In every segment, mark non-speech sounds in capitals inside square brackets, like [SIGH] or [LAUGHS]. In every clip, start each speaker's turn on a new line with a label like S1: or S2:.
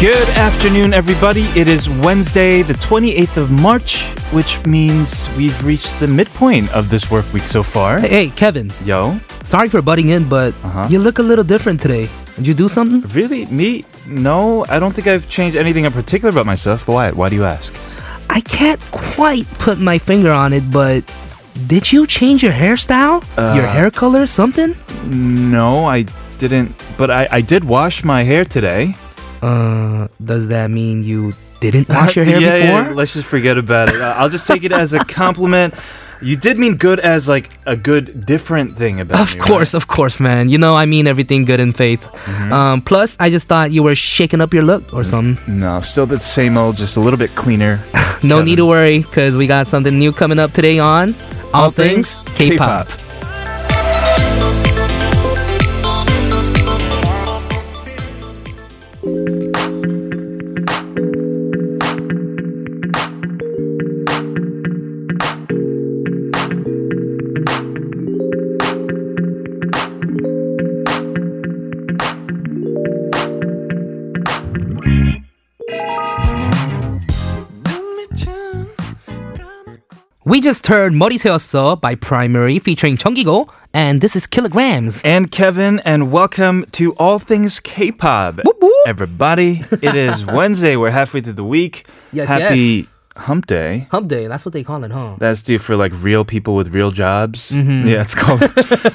S1: Good afternoon, everybody. It is Wednesday, the 28th of March, which means we've reached the midpoint of this work week so far.
S2: Hey, hey, Kevin.
S1: Yo,
S2: Sorry for butting in, but
S1: Uh-huh.
S2: you look a little different today. Did you do something?
S1: really? Me? No, I don't think I've changed anything in particular about myself. Why? Why do you ask?
S2: I can't quite put my finger on it, but did you change your hairstyle? your hair color? Something?
S1: No, I didn't. But I, I did wash my hair today.
S2: Uh, does that mean you didn't wash your
S1: [LAUGHS]
S2: hair
S1: yeah, yeah,
S2: before?
S1: let's just forget about it. Uh, I'll just take it as a compliment. You did mean good as like a good different thing about
S2: [LAUGHS] Of
S1: me, right?
S2: course, of course, man. You know I mean everything good in faith. Um, plus, I just thought you were shaking up your look or something. [LAUGHS]
S1: No, still the same old, just a little bit cleaner.
S2: No
S1: Kevin.
S2: need to worry, because we got something new coming up today on All, Things K-Pop. We just heard 머리 세웠어 by Primary featuring 정기고 and this is Kilograms.
S1: And Kevin, and welcome to All Things K-pop.
S2: Whoop, whoop.
S1: Everybody, it
S2: [LAUGHS]
S1: is Wednesday. We're halfway through the week.
S2: Yes,
S1: Happy Hump Day.
S2: Hump day, that's what they call it, huh?
S1: That's due for like real people with real jobs.
S2: Mm-hmm.
S1: Yeah, it's called [LAUGHS]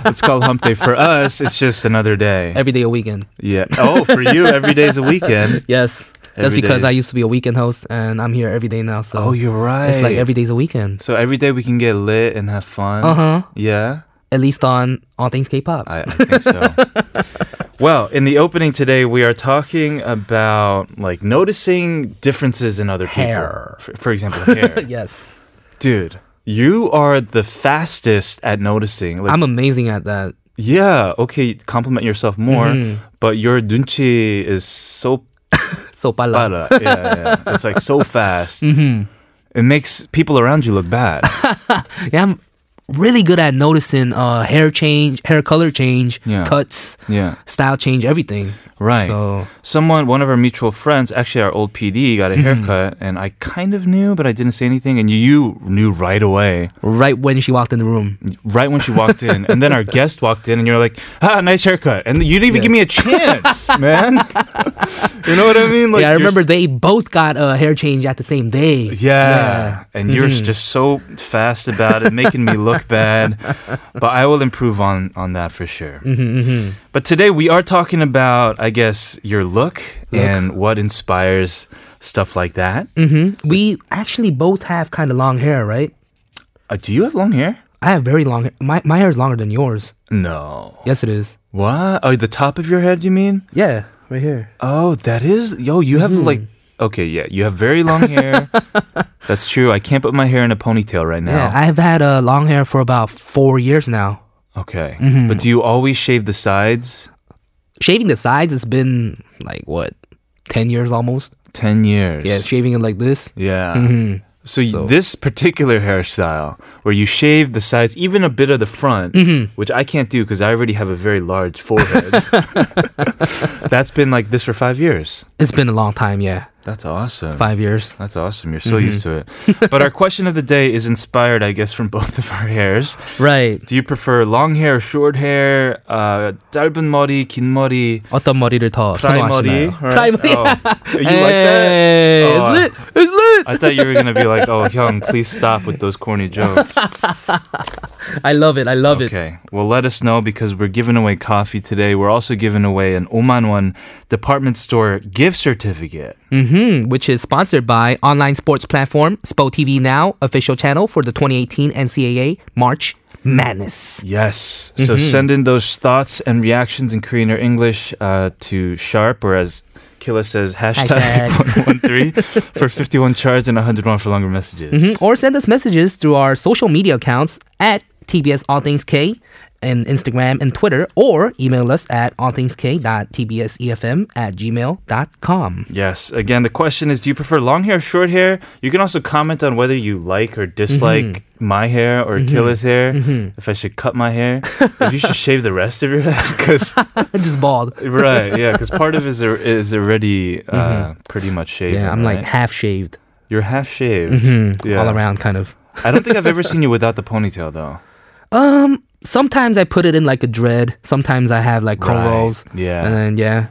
S1: it's called Hump Day for us. It's just another day.
S2: Every day a weekend.
S1: Yeah. Oh, for you, every day's a
S2: [LAUGHS]
S1: weekend.
S2: Yes. That's
S1: Every
S2: because
S1: day
S2: I
S1: is-
S2: used to be a weekend host and I'm here every day now, so
S1: Oh, you're right.
S2: it's like every day's a weekend.
S1: So every day we can get lit and have fun.
S2: Uh-huh.
S1: Yeah.
S2: At least on All Things K-pop.
S1: I, I think so. well, in the opening today, we are talking about like noticing differences in other
S2: Hair.
S1: people. For, for example,
S2: [LAUGHS]
S1: hair.
S2: [LAUGHS] yes.
S1: Dude, you are the fastest at noticing. Like,
S2: I'm amazing at that.
S1: yeah, okay, compliment yourself more,
S2: Mm-hmm.
S1: but your dunchi is so
S2: So pala.
S1: para.
S2: [LAUGHS]
S1: yeah, yeah. It's like so fast.
S2: Mm-hmm.
S1: It makes people around you look bad.
S2: [LAUGHS] Yeah, I'm really good at noticing uh hair change, hair color change,
S1: Yeah.
S2: cuts,
S1: Yeah.
S2: style change, everything.
S1: Right.
S2: So
S1: Someone, one of our mutual friends, actually our old PD, got a
S2: Mm-hmm.
S1: haircut, and I kind of knew, but I didn't say anything. And you, you knew right away,
S2: right when she walked in the room.
S1: right when she walked in. and
S2: [LAUGHS]
S1: then our guest walked in, and you're like, "Ah, nice haircut!" And you didn't even give me a chance,
S2: [LAUGHS]
S1: man. you know what I mean? Like,
S2: yeah, I
S1: you're
S2: remember
S1: s-
S2: they both got a hair change at the same day.
S1: Yeah. And you're
S2: Mm-hmm.
S1: s- just so fast about it, making me look bad.
S2: [LAUGHS]
S1: But I will improve on on that for sure.
S2: Mm-hmm,
S1: But today we are talking about, I guess, your look, and what inspires stuff like that.
S2: We actually both have kind of long hair, right?
S1: Uh, do you have long hair?
S2: I have very long hair. My, my hair is longer than yours.
S1: No.
S2: Yes, it is.
S1: What? Oh, the top of your head, you mean?
S2: Yeah, right here.
S1: Oh, that is. Yo, you have like. Okay, yeah, you have very long [LAUGHS] hair. That's true. I can't put my hair in a ponytail right now.
S2: Yeah, I have had uh, long hair for about four years now.
S1: okay. But do you always shave the sides?
S2: Shaving the sides, it's been like what, 10 years almost?
S1: 10 years.
S2: Yeah, shaving it like this.
S1: Yeah. Mm-hmm. So, y this particular hairstyle, where you shave the sides, even a bit of the front, which I can't do because I already have a very large [LAUGHS] forehead. That's been like this for five years.
S2: It's been a long time, yeah.
S1: That's awesome.
S2: Five years.
S1: That's awesome. You're so
S2: Mm-hmm.
S1: used to it. But our question of the day is inspired, I guess, from [LAUGHS] both of our hairs.
S2: Right.
S1: Do you prefer long hair, short hair, uh, 짧은 머리, 긴 머리,
S2: 어떤 머리를 더
S1: 프라이머리?
S2: 선호하시나요? 프라이머리.
S1: Oh, you
S2: [LAUGHS]
S1: like that?
S2: Hey,
S1: Oh,
S2: It's lit. It's lit.
S1: I thought you were gonna be like, "Oh, Hyung, please stop with those corny
S2: [LAUGHS]
S1: jokes."
S2: I love it. I love it.
S1: Okay. Well, let us know because we're giving away coffee today. We're also giving away an Oman One department store gift certificate.
S2: hmm which is sponsored by online sports platform Spo TV Now, official channel for the 2018 NCAA March Madness.
S1: Yes. So
S2: Mm-hmm.
S1: send in those thoughts and reactions in Korean or English uh, to Sharp, or as Killa says, hashtag [LAUGHS]
S2: Hashtag.
S1: 113 for 51 charge and 101 for longer
S2: mm-hmm,
S1: messages.
S2: Or send us messages through our social media accounts at TBS All Things K and Instagram and Twitter, or email us at allthingsk.tbsefm E at gmail.com.
S1: Yes. Again, the question is do you prefer long hair or short hair? You can also comment on whether you like or dislike
S2: Mm-hmm.
S1: my hair or Killa's hair, if I should cut my
S2: [LAUGHS]
S1: hair, if you should shave the rest of your head. Because,
S2: Just bald.
S1: right, yeah, because part of it is, al- is already uh, pretty much shaved.
S2: Mm-hmm. Yeah, I'm like Mm-hmm. half shaved,
S1: You're half shaved. Mm-hmm. Yeah.
S2: all around kind of.
S1: I don't think I've ever seen you without the ponytail,
S2: [LAUGHS]
S1: though.
S2: Um, sometimes I put it in like a dread. Sometimes I have like
S1: Right,
S2: curls.
S1: yeah.
S2: and then yeah,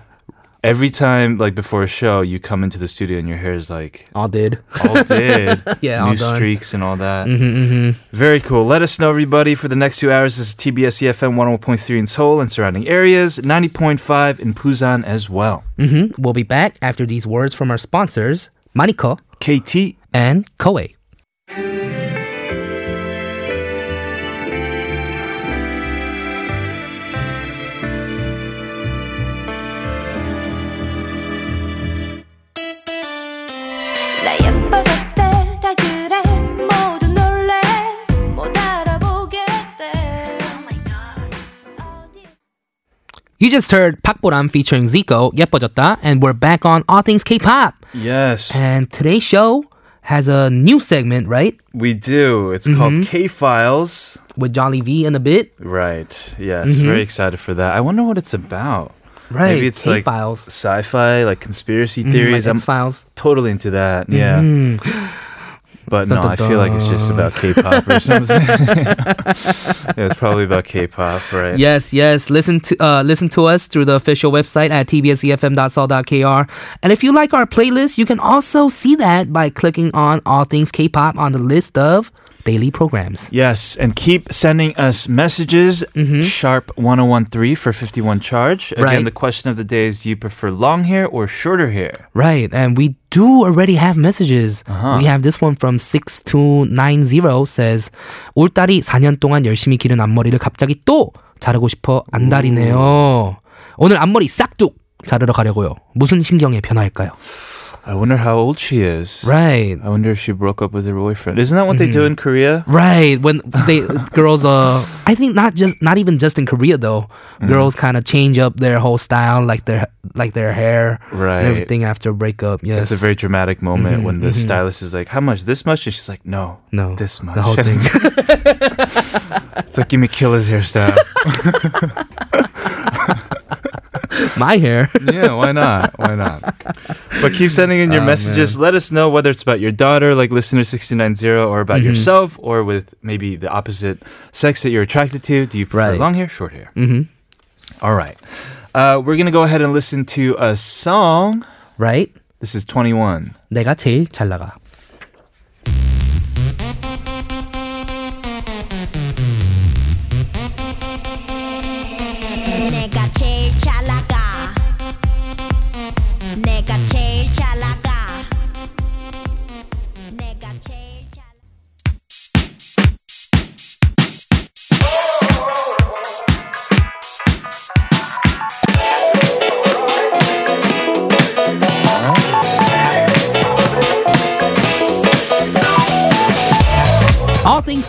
S1: Every time, like before a show, you come into the studio and your hair is like
S2: all did. [LAUGHS]
S1: all did.
S2: Yeah,
S1: new
S2: all done. Mm.
S1: streaks and all that.
S2: Mm-hmm,
S1: Very cool. Let us know, everybody, for the next two hours. This is TBS EFM 101.3 in Seoul and surrounding areas, 90.5 in Busan as well.
S2: hmm We'll be back after these words from our sponsors, Manico
S1: KT.
S2: and Koei.
S3: 나 예뻐서 때다 그래 모두 놀래 못 알아보게 돼 어디
S2: You just heard Pak Boram featuring Zico, 예뻐졌다, and we're back on All Things K-pop.
S1: Yes,
S2: And today's show has a new segment, right?
S1: we do. It's called
S2: Mm-hmm.
S1: K Files.
S2: With Jolly V in a bit.
S1: Right. Yes.
S2: Mm-hmm.
S1: Very excited for that. I wonder what it's about.
S2: Right.
S1: Maybe it's like
S2: K-Files.
S1: sci-fi, like conspiracy
S2: Mm-hmm. Like Mm-hmm.
S1: theories. I'm
S2: X-Files. Mm.
S1: totally into that. Yeah. But no,
S2: Dun, dun,
S1: I feel like it's just about K-pop [LAUGHS] or something. yeah, it's probably about K-pop, right?
S2: Yes, yes. Listen to uh, listen to us through the official website at tbsefm.sol.kr. And if you like our playlist, you can also see that by clicking on All Things K-pop on the list of daily programs.
S1: Yes, and keep sending us messages. Sharp 1013 for 51 charge. Again,
S2: Right.
S1: the question of the day is do you prefer long hair or shorter hair?
S2: Right, and we do already have messages. We have this one from 6290 says 올 딸이 4년 동안 열심히 기른 앞머리를 갑자기 또 자르고 싶어 안달이네요. 오늘 앞머리 싹둑 자르러 가려고요. 무슨 신경의 변화일까요?
S1: I wonder how old she is.
S2: Right.
S1: I wonder if she broke up with her boyfriend. Isn't that what they do in Korea?
S2: Right when
S1: [LAUGHS]
S2: they girls uh I think not just not even just in Korea though
S1: Mm.
S2: girls kind of change up their whole style like their like their hair
S1: Right. Mm-hmm,
S2: and everything after a breakup yes
S1: It's a very dramatic moment when the stylist is like, "How much? This much?" And she's like, "No,
S2: No,
S1: this
S2: the
S1: much."
S2: whole
S1: [LAUGHS]
S2: thing. [LAUGHS]
S1: it's like, "Give me killer's hairstyle." [LAUGHS]
S2: my hair
S1: yeah, why not? Why not? Oh, But keep sending in your messages. Let us know whether it's about your daughter, like listener sixty nine zero, or about yourself, or with maybe the opposite sex that you're attracted to. Do you prefer
S2: Right.
S1: long hair, short hair? Mm-hmm. right, uh, we're gonna go ahead and listen to a song.
S2: right
S1: This is twenty one.
S2: 내가 제일 잘 나가
S3: 내가 제일 잘 나가 내가 제일 잘 나가 내가 제일 잘
S2: all things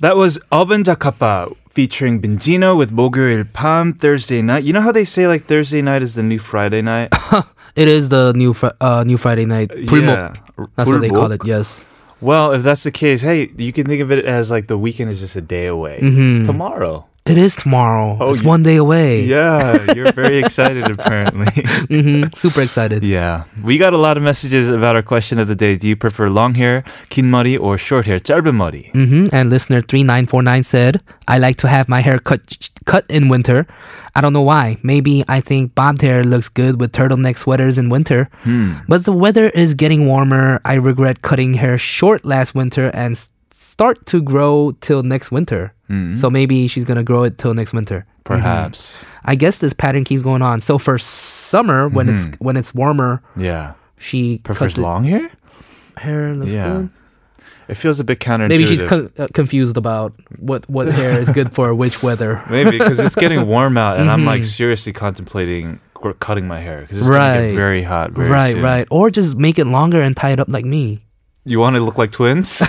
S1: That was Alban Jakapa featuring Benzino with Moguril Palm Thursday night. You know how they say like Thursday night is the new Friday night?
S2: it is the new fr- uh, new Friday night 불목.
S1: Yeah.
S2: that's what they call it
S1: 불목?
S2: yes Mm-hmm.
S1: Well, if that's the case, hey, you can think of it as like the weekend is just a day away. It's tomorrow.
S2: It is tomorrow.
S1: Oh,
S2: it's
S1: you-
S2: one day away.
S1: Yeah, you're
S2: [LAUGHS]
S1: very excited apparently.
S2: hmm Super excited.
S1: yeah. We got a lot of messages about our question of the day. Do you prefer long hair, 긴 머리 or short hair, 짧은 머리?
S2: hmm And listener 3949 said, I like to have my hair cut cut in winter. I don't know why. Maybe I think bobbed hair looks good with turtleneck sweaters in winter.
S1: Hmm.
S2: But the weather is getting warmer. I regret cutting hair short last winter and s- start to grow till next winter. So maybe she's going to grow it till next winter.
S1: Mm-hmm.
S2: Mm-hmm.
S1: Perhaps.
S2: I guess this pattern keeps going on. So for summer when it's when it's warmer,
S1: Yeah.
S2: she
S1: Mm-hmm. Prefers
S2: cuts it-
S1: long hair?
S2: hair looks
S1: Yeah.
S2: good.
S1: It feels a bit counterintuitive.
S2: Maybe she's con- uh, confused about what what hair is good for which weather.
S1: [LAUGHS] Maybe because it's getting warm out, and I'm like seriously contemplating qu- cutting my hair because it's gonna
S2: Mm-hmm. Right.
S1: get very hot. Very
S2: Right,
S1: soon.
S2: right. Or just make it longer and tie it up like me.
S1: You want to look like
S2: [LAUGHS]
S1: twins?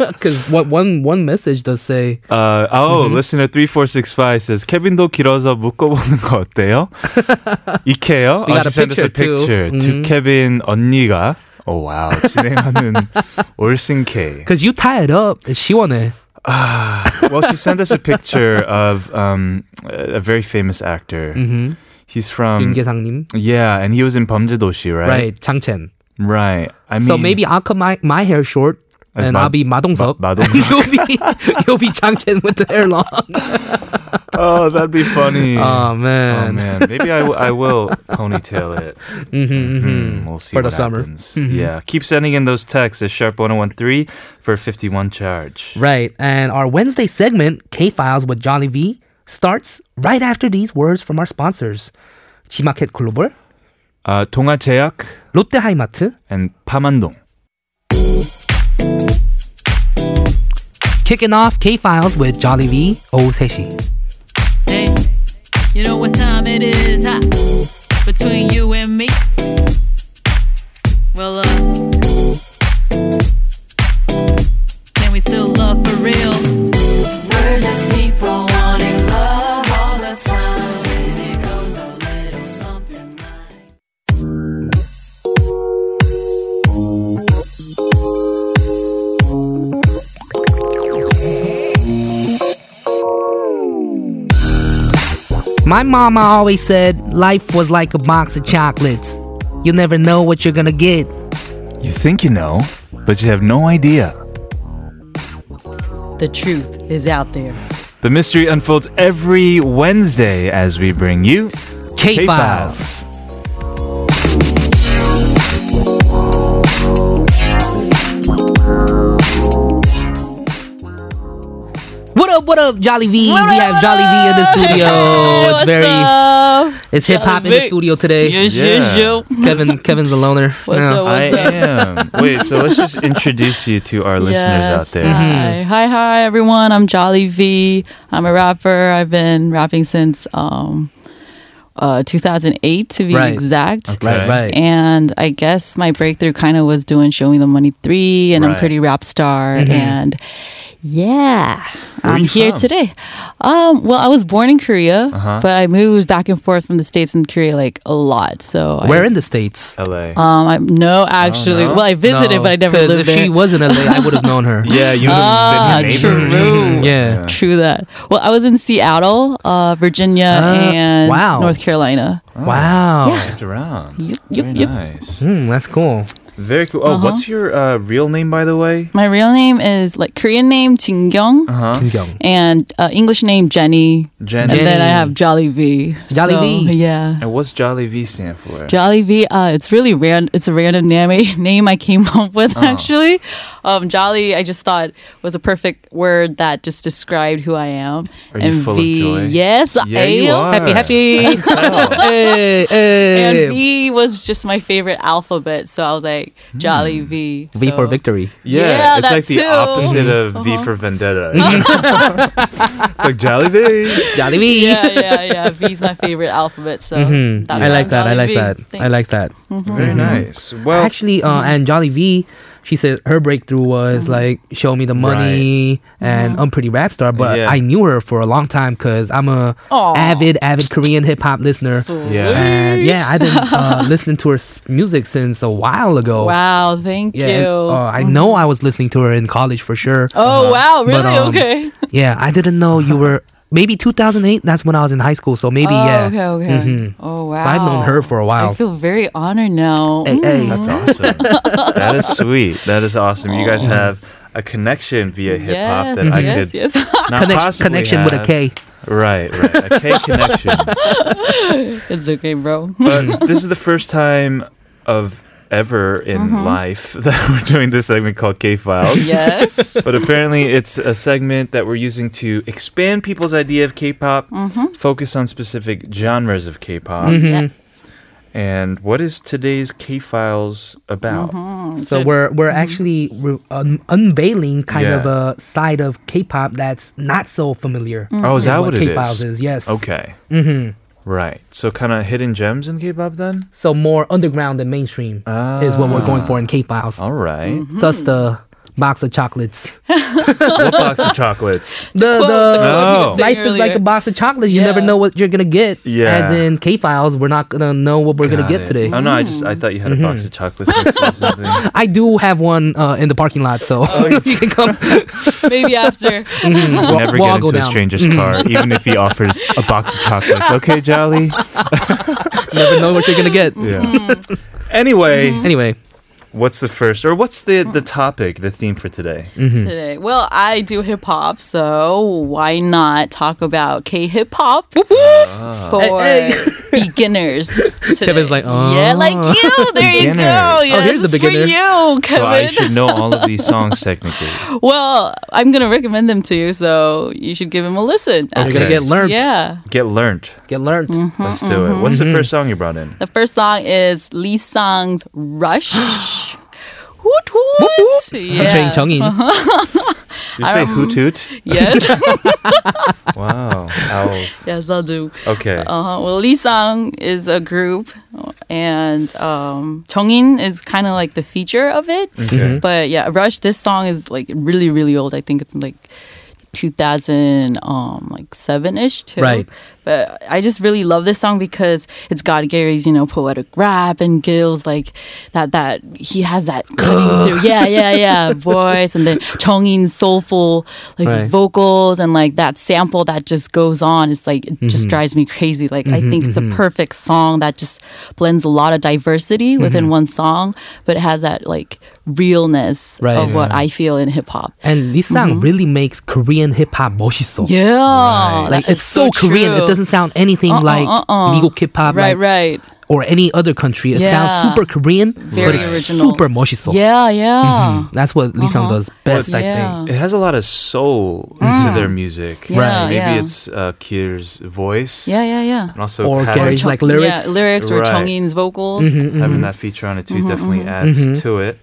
S2: Because what one one message does say,
S1: Uh, oh, listener 3465 says, 케빈도 길어서 묶어보는 거 어때요? [LAUGHS] 이케요? Oh,
S2: We
S1: she
S2: got a
S1: sent us a picture.
S2: picture, too.
S1: To
S2: Mhm.
S1: 케빈 언니가, 오, 와우, 진행하는 [LAUGHS] 올슨 K.
S2: because you tie it up, it's 시원해.
S1: Well, she sent us a picture of um, a a very famous actor.
S2: Mm-hmm.
S1: He's from,
S2: 윤계상님.
S1: yeah, and he was in 범죄도시, Um, right?
S2: Right, 장첸.
S1: Right. I mean,
S2: so maybe I'll cut my, my hair short
S1: As
S2: and
S1: Ma-
S2: I'll be 마동석.
S1: Ma- 마동석.
S2: [LAUGHS] you'll be you'll be 장첸 with the hair
S1: [LAUGHS]
S2: long.
S1: oh, that'd be funny.
S2: Oh
S1: [LAUGHS] Oh
S2: man.
S1: man, maybe I, w- I will ponytail it.
S2: Mm-hmm,
S1: Hmm, we'll see
S2: For the
S1: what
S2: summer.
S1: happens. Yeah, keep sending in those texts at sharp 1013 for 51 charge.
S2: Right, and our Wednesday segment, K Files with Johnny V, starts right after these words from our sponsors: Gmarket Global,
S1: Uh, 동아제약
S2: Lotte Haimat,
S1: and 파만동.
S2: kicking off K Files with Jolly V 오후 3시.
S4: Hey, you know what time it is, huh? Between you and me. Well, uh, can we still love for real? We're just people wanting love all the time, and it goes a little something like.
S2: My mama always said life was like a box of chocolates. You never know what you're gonna get.
S1: You think you know, but you have no idea.
S5: The truth is out there.
S1: The mystery unfolds every Wednesday as we bring you
S2: K Files. What up, what up, Jolly V? we have Jolly V in the
S4: [LAUGHS]
S2: studio. it's very it's hip hop in the
S4: Jolly V.
S2: studio today.
S1: Yeah.
S2: Kevin Kevin's a loner.
S4: What's
S2: Yeah.
S4: up?
S1: I
S4: What's up?
S1: am. Wait, so let's just introduce you to our listeners out
S4: Yes, Mm-hmm.
S1: there.
S4: Hi. hi, hi, everyone. I'm Jolly V. I'm a rapper. I've been rapping since um, uh, 2008 to be
S2: Right.
S1: Okay.
S4: exact.
S2: Right, right.
S4: And I guess my breakthrough kind of was doing Show Me the Money 3, and I'm
S1: Right. Mm-hmm.
S4: pretty rap star. And yeah,
S1: Where are
S4: I'm
S1: you
S4: here
S1: from? Uh-huh.
S4: today. Um, well, I was born in Korea, but I moved back and forth from the States and Korea like a lot. So I-
S2: We're in the States.
S1: LA.
S4: Um, I, no, actually,
S1: Oh, no?
S4: well, I visited,
S2: No,
S4: but I never
S2: 'cause
S4: lived
S2: if
S4: there.
S2: she was in LA, I would have known
S4: [LAUGHS]
S2: her.
S1: yeah, you
S4: Ah,
S1: have been your neighbors. Mm-hmm.
S4: true.
S2: Mhm, Yeah.
S4: True that. Well, I was in Seattle, uh, Virginia,
S2: Uh,
S4: and
S2: wow.
S4: North Carolina.
S2: Wow.
S1: Looked around.
S4: Yep, yep,
S1: Very
S4: yep.
S1: nice.
S2: Hmm, that's cool.
S1: Very cool. Oh, what's your uh, real name, by the way?
S4: My real name is like Korean name Jin Kyung,
S1: Uh-huh.
S2: Kim
S4: [LAUGHS] and uh, English name Jenny,
S1: Jenny.
S4: and then I have Jolly V.
S2: Jolly V.
S4: Yeah.
S1: And what's Jolly V stand for?
S4: [LAUGHS] Jolly V, uh, it's really random. It's a random name, [LAUGHS] name I came up with
S1: Uh-huh.
S4: actually. Um, Jolly, I just thought was a perfect word that just described who I am.
S1: Are you full of joy?
S4: Yes,
S1: Yeah,
S4: I
S1: you
S4: am.
S1: are. [LAUGHS]
S4: Happy, happy.
S1: Oh,
S2: hey, hey.
S4: and V was just my favorite alphet, so I was like Jolly V.
S2: Hmm. V
S4: so-
S2: for victory.
S1: yeah, it's
S4: Yeah, that
S1: like the
S4: too. Uh-huh.
S1: opposite of V for
S4: [LAUGHS]
S1: Vendetta. it's like Jolly
S4: Uh-huh.
S1: V.
S2: Jolly V.
S4: Yeah, yeah, yeah. V's my favorite alphabet, so
S2: Mhm.
S4: that's
S2: I
S4: why
S2: like
S4: I'm
S2: that. I
S4: Jolly
S2: like
S4: V.
S2: that. I
S4: Thanks.
S2: like that.
S4: Mm-hmm.
S1: Very nice. Well,
S2: Actually, uh, and Jolly V, she said her breakthrough was
S4: Mm-hmm.
S2: like "Show Me the Money" and "I'm Pretty Rap Star." But
S1: Yeah.
S2: I knew her for a long time because I'm a
S4: Aw.
S2: avid, avid Korean hip hop listener.
S1: yeah.
S2: And yeah, I've been uh, [LAUGHS] listening to her s- music since a while ago.
S4: Wow, thank
S2: Yeah,
S4: you.
S2: and, uh, I
S4: Mm-hmm.
S2: know I was listening to her in college for sure.
S4: oh wow, really?
S2: um,
S4: okay.
S2: Yeah, I didn't know you were maybe 2008. That's when I was in high school. So maybe
S4: oh,
S2: yeah.
S4: Okay, okay.
S2: Mhm.
S4: Oh, wow.
S2: So I've known her for a
S4: I
S2: while.
S4: feel very honored now.
S2: Hey, hey.
S1: That's awesome. that is sweet. That is awesome. You guys have a connection via hip hop
S4: Oh. Mm, Yes,
S1: that I
S4: yes,
S1: could
S4: yes. [LAUGHS]
S1: not
S2: connection,
S1: possibly
S2: connection with a
S1: have.
S2: K.
S1: Right, right. A K connection.
S4: it's okay,
S2: [LAUGHS]
S4: bro.
S1: But this is the first time of ever in life [LAUGHS] that we're doing this segment called K Files.
S4: Mm-hmm. yes.
S1: But apparently, it's a segment that we're using to expand people's idea of K-pop, focus on specific genres of K-pop.
S2: Mm-hmm.
S4: yes.
S1: And what is today's K-Files about?
S2: Mm-hmm. So we're
S4: Mm-hmm.
S2: we're actually we're un- unveiling kind
S1: Yeah.
S2: of a side of K-pop that's not so familiar.
S4: Mm.
S1: Oh, is that what, it
S2: K-files is? Yes.
S1: Okay. Mm-hmm. Right. So kind of hidden gems in K-pop then? Ah.
S2: So more underground than mainstream is what we're going for in K-files.
S1: All right.
S4: Mm.
S2: Thus the box of chocolates.
S1: what box of chocolates?
S2: The the,
S4: the
S1: quote he was
S2: life
S4: saying
S2: is like
S4: earlier.
S2: a box of chocolates. You never
S4: Yeah.
S2: know what you're gonna get.
S1: Oh. Yeah.
S2: As in K-files, we're not gonna know what [LAUGHS] we're gonna
S1: Got
S2: get
S1: it.
S2: today. Mm-hmm.
S1: Oh, no, I just, I thought you had a box of chocolates or something.
S2: [LAUGHS] I do have one uh, in the parking lot, so [LAUGHS] you can come.
S4: Maybe after.
S1: Oh, You never
S2: we'll
S1: get
S2: all go
S1: into a
S2: down. Mm-hmm.
S1: stranger's car, even if he offers a box of chocolates. Okay, Jolly?
S2: never know what you're gonna get.
S1: Yeah. Anyway,
S2: Anyway,
S1: What's the first, or what's the
S4: Hmm.
S1: the topic, the theme for
S4: [LAUGHS]
S1: today?
S2: Mm-hmm.
S4: today. Well, I do hip hop, so why not talk about K hip hop for
S2: Ah. Hey, [LAUGHS]
S4: beginners? Today.
S2: Kevin's like, "Oh."
S4: yeah, like you. There you
S1: Beginner.
S4: go.
S1: Oh,
S4: Yeah,
S2: here's
S4: this
S2: the
S4: is for
S2: beginner.
S4: you,
S1: So I
S4: Kevin. [LAUGHS]
S1: should know all of these songs technically.
S4: well, I'm gonna recommend them to you, so you should give them a listen.
S2: you're gonna
S1: Okay.
S2: get learned.
S4: Yeah. Mm-hmm.
S1: Get learnt.
S2: Get learned.
S1: Let's do it. What's the first song you brought in?
S4: Hmm, The first song is Lee Sung's
S2: [GASPS]
S4: Rush. Hoot hoot.
S2: 갑자기
S4: Yeah. Uh-huh.
S1: Did
S2: 정인.
S1: you say hoot
S4: [LAUGHS]
S1: toot?
S2: [LAUGHS]
S4: Yes.
S1: Wow. Owls.
S4: yes, I'll do.
S1: Okay.
S4: Uh-huh. Well, Lee Sang is a group, and um, Chongin is kind of like the feature of it.
S1: Okay.
S4: But yeah, Rush. This song is like really, really old. I think it's like 2000, um, like seven ish too.
S2: Right.
S4: But I just really love this song because it's God Gary's, you know, poetic rap and Gil's like that. That he has that cutting through. Yeah, yeah,
S2: [LAUGHS]
S4: yeah. voice, and then Chongin's soulful like
S2: Right.
S4: vocals and like that sample that just goes on. It's like it
S2: Mm-hmm.
S4: just drives me crazy. Like I think it's a perfect song that just blends a lot of diversity
S2: Mm-hmm.
S4: within one song, but it has that like realness
S2: Right.
S4: of what I feel in hip hop.
S2: And this song really makes Korean hip hop 멋있어.
S4: Mm-hmm. Yeah,
S2: Like
S4: that
S2: it's
S4: is
S2: so, Korean.
S4: true. Uh-uh,
S2: It doesn't sound anything like 미국 hip-hop
S4: Right,
S2: like,
S4: right.
S2: or any other country. It
S4: Yeah.
S2: sounds super Korean,
S4: Very
S2: but it's
S4: original.
S2: super 멋있어.
S4: Yeah, yeah.
S2: That's what Lee Sang does best, I
S4: Uh-huh. Yeah.
S2: think.
S1: It has a lot of soul to their music.
S4: Hmm. Yeah, Right.
S1: Maybe
S4: yeah.
S1: it's uh, Kier's voice.
S4: Yeah, yeah, yeah.
S1: And also
S2: Or
S1: having,
S2: Gary's Mm-hmm. like lyrics.
S4: Yeah, lyrics or
S1: Right. Mm-hmm.
S4: Chongin's vocals.
S1: having that feature on it too
S4: Mm-hmm,
S1: definitely adds
S2: Mm-hmm.
S1: to it.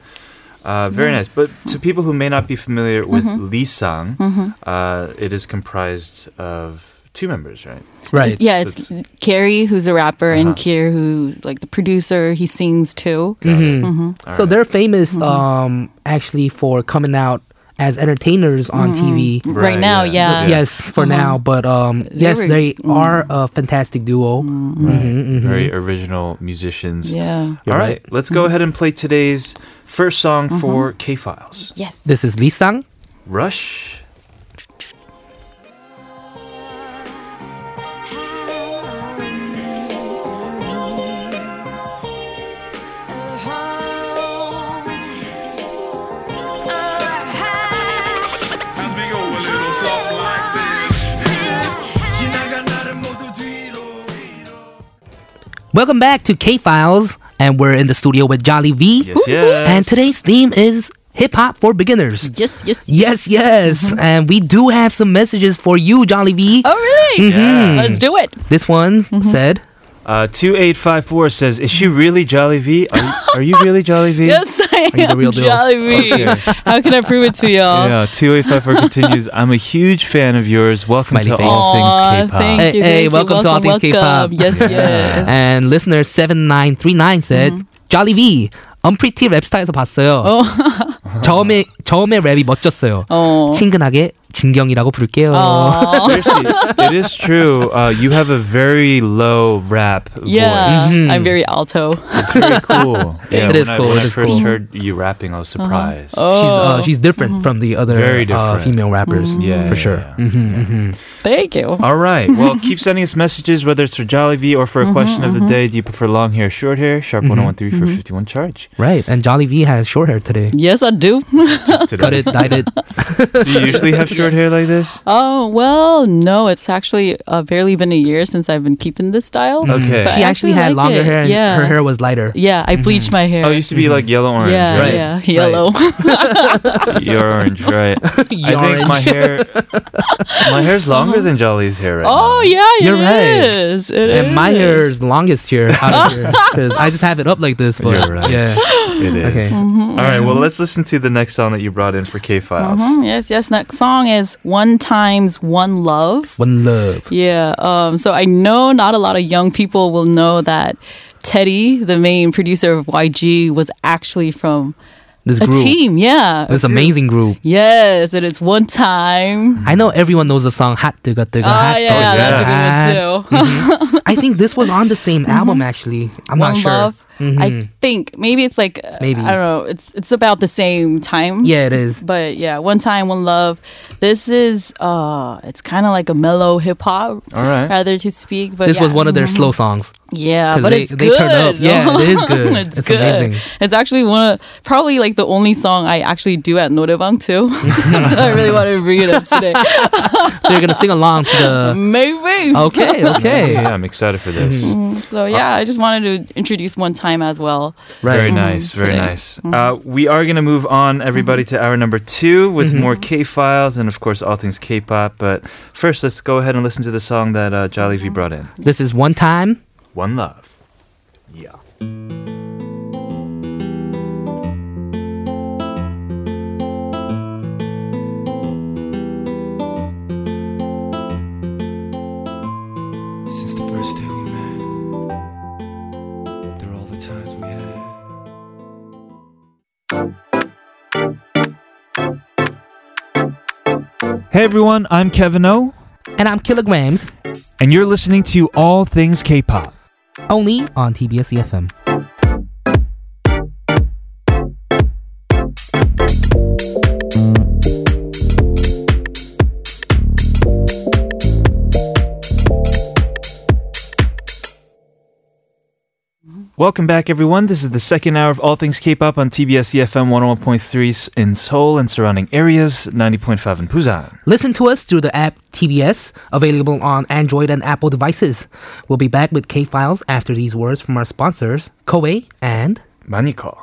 S1: Uh, very nice. But to people who may not be familiar with
S4: Mm-hmm.
S1: Lee Sang, uh, it is comprised of two members, right?
S2: Right.
S4: Yeah,
S1: So
S4: it's Carrie who's a rapper and Kier who's like the producer. He sings too.
S1: Got it.
S4: Mm-hmm.
S2: so they're famous um, actually for coming out as entertainers on TV.
S4: Right,
S1: Right,
S4: now,
S1: yeah.
S4: Mm-hmm. yeah. Uh-huh.
S1: Yeah.
S2: Yes, for now, but um, yes,
S4: were-
S2: they are a fantastic duo.
S1: Right.
S4: Mm.
S1: Very original musicians.
S4: Yeah.
S1: All
S4: Mm-hmm.
S2: You're
S1: Mm-hmm. right, let's go ahead and play today's first song for K Files
S4: Yes.
S2: This is Lee Sang.
S1: Rush.
S6: Uh-huh.
S2: Welcome back to K Files, and we're in the studio with Jolly V.
S1: Yes, yes.
S2: And today's theme is hip hop for beginners.
S4: Yes, yes.
S2: Yes, yes. And we do have some messages for you, Jolly V.
S4: Mm-hmm. Oh, Mm-hmm. really?
S1: Yeah.
S4: Let's do it.
S2: This one said,
S1: Uh, 2854 says, Is she really Jolly V? Are you, are you really Jolly V?
S4: [LAUGHS] Yes, I
S2: you the
S4: am
S2: real deal?
S4: Jollibee. [LAUGHS] How can I prove it to y'all?
S1: Yeah, 2854 continues, I'm a huge fan of yours. Welcome
S2: Smiley
S1: to
S2: face.
S1: all
S4: Aw,
S1: things K pop.
S4: thank
S2: Hey,
S4: you,
S2: hey,
S4: thank you.
S2: welcome to All Things
S4: welcome.
S2: K-pop. [LAUGHS]
S4: Yes, yes. Mm-hmm.
S2: and listener 7939 said, Jolly V,
S4: Oh.
S2: [LAUGHS] 언프리티 랩스타에서 봤어요. 처음에, 처음에 랩이 멋졌어요.
S4: 어.
S2: 친근하게 진경이라고 부를게요.
S4: Oh,
S1: Seriously,
S4: [LAUGHS]
S1: it is true. Uh, you have a very low rap voice.
S4: yeah. I'm very alto.
S1: It's very cool. [LAUGHS] Yeah,
S2: It is
S1: when I,
S2: cool,
S1: When
S2: it
S1: I
S2: is
S1: first
S2: cool.
S1: heard you rapping, I was
S4: Uh-huh.
S1: surprised.
S2: [LAUGHS] She's
S4: Oh,
S2: uh, she's different
S4: Mm-hmm.
S2: from the other
S1: Very
S2: uh,
S1: different.
S2: female rappers.
S1: Yeah,
S2: for
S1: yeah,
S2: sure. Mm-hmm,
S1: yeah.
S4: Thank you.
S1: All right.
S2: [LAUGHS]
S1: Well, keep sending us messages, whether it's for Jollibee or
S2: Mm-hmm,
S1: for a question of the day. Do you prefer long hair, short hair? Sharp 1013
S2: mm-hmm.
S1: for 51
S2: [LAUGHS]
S1: charge.
S2: Right. And Jolly V has short hair
S4: [LAUGHS]
S2: today.
S4: Yes, I do.
S1: Just
S2: Cut
S1: today.
S2: it, dyed it.
S1: Do you usually have short hair like this?
S4: Oh well, no, it's actually uh, barely been a year since I've been keeping this style.
S1: [LAUGHS] Okay.
S4: But
S2: She
S4: I
S2: actually
S4: actually
S2: had
S4: like
S2: longer
S4: it.
S2: hair, and
S4: Yeah.
S2: her hair was
S4: [LAUGHS]
S2: lighter.
S4: Yeah, I bleached my hair.
S1: Oh, it used to be like yellow orange,
S4: yeah,
S1: right?
S4: yeah,
S2: Mm-hmm. [LAUGHS] Right.
S4: yellow.
S1: You're orange,
S2: [LAUGHS]
S1: right? I think my
S2: Orange.
S1: hair, my hair's longer
S2: [LAUGHS]
S1: than Jolly's hair right
S4: oh yeah, it
S2: You're right.
S4: is. It
S2: And my
S4: is.
S2: hair is longest here,
S4: [LAUGHS]
S2: out of here, 'cause I just have it up like this. But
S1: You're right.
S2: yeah,
S1: now. it is.
S2: Okay.
S4: Mm-hmm.
S1: All right. Well, let's listen to the next song that you brought in for K Files.
S2: Mm-hmm.
S4: Mhm, Yes, yes. Next song is One Times One Love.
S2: one love.
S4: Yeah. Um, so I know not a lot of young people will know that Teddy, the main producer of YG, was actually from
S2: This
S4: a
S2: group,
S4: team. Yeah.
S2: this amazing group.
S4: Yes, and it's one time.
S2: I know everyone knows the song "Hot Digga Digga."
S4: Ah,
S2: Hot
S4: yeah,
S2: Digga
S4: that's a
S2: Digga.
S4: good one too. [LAUGHS] Mm-hmm.
S2: I think this was on the same album. Actually, I'm
S4: One
S2: not sure. Mm-hmm.
S4: Love. I think maybe it's like
S2: Maybe.
S4: maybe I don't know. It's it's about the same time.
S2: Yeah, it is.
S4: But yeah, one time, one love. This is uh, it's kind of like a mellow hip hop,
S1: All right.
S4: rather to speak. But
S2: This
S4: yeah.
S2: was one of their slow songs.
S4: yeah,
S2: 'cause
S4: but
S2: they-
S4: it's
S2: they
S4: good.
S2: turn up. Yeah, it is good.
S4: [LAUGHS] it's,
S2: It's
S4: good.
S2: amazing.
S4: It's actually one of probably like the only song I actually do at Norebang too. [LAUGHS] so I really want to bring it
S2: [LAUGHS]
S4: up today.
S2: So you're gonna sing along to
S4: [LAUGHS]
S2: the.
S4: Mm-hmm. maybe
S2: Okay, okay.
S1: [LAUGHS] Yeah, I'm excited for this.
S2: Mm-hmm.
S4: So yeah, I just wanted to introduce one time as well.
S1: Very
S2: Right.
S1: nice, very
S4: today.
S1: nice. Uh, we are going to move on, everybody, to hour number two with more K files and, of course, all things K pop. But first, let's go ahead and listen to the song that uh, Jolly V brought in
S2: This is one time.
S1: One Love.
S5: Since the first day we met, there are all the times we had.
S1: Hey, everyone, I'm Kevin O,
S2: And I'm kilograms
S1: and you're listening to All Things K pop.
S2: only on TBS EFM.
S1: Welcome back, everyone. This is the second hour of All Things K-pop on TBS EFM 101.3 in Seoul and surrounding areas, 90.5 in Busan.
S2: Listen to us through the app TBS, available on Android and Apple devices. We'll be back with K Files after these words from our sponsors, Koei and.
S1: Maniko.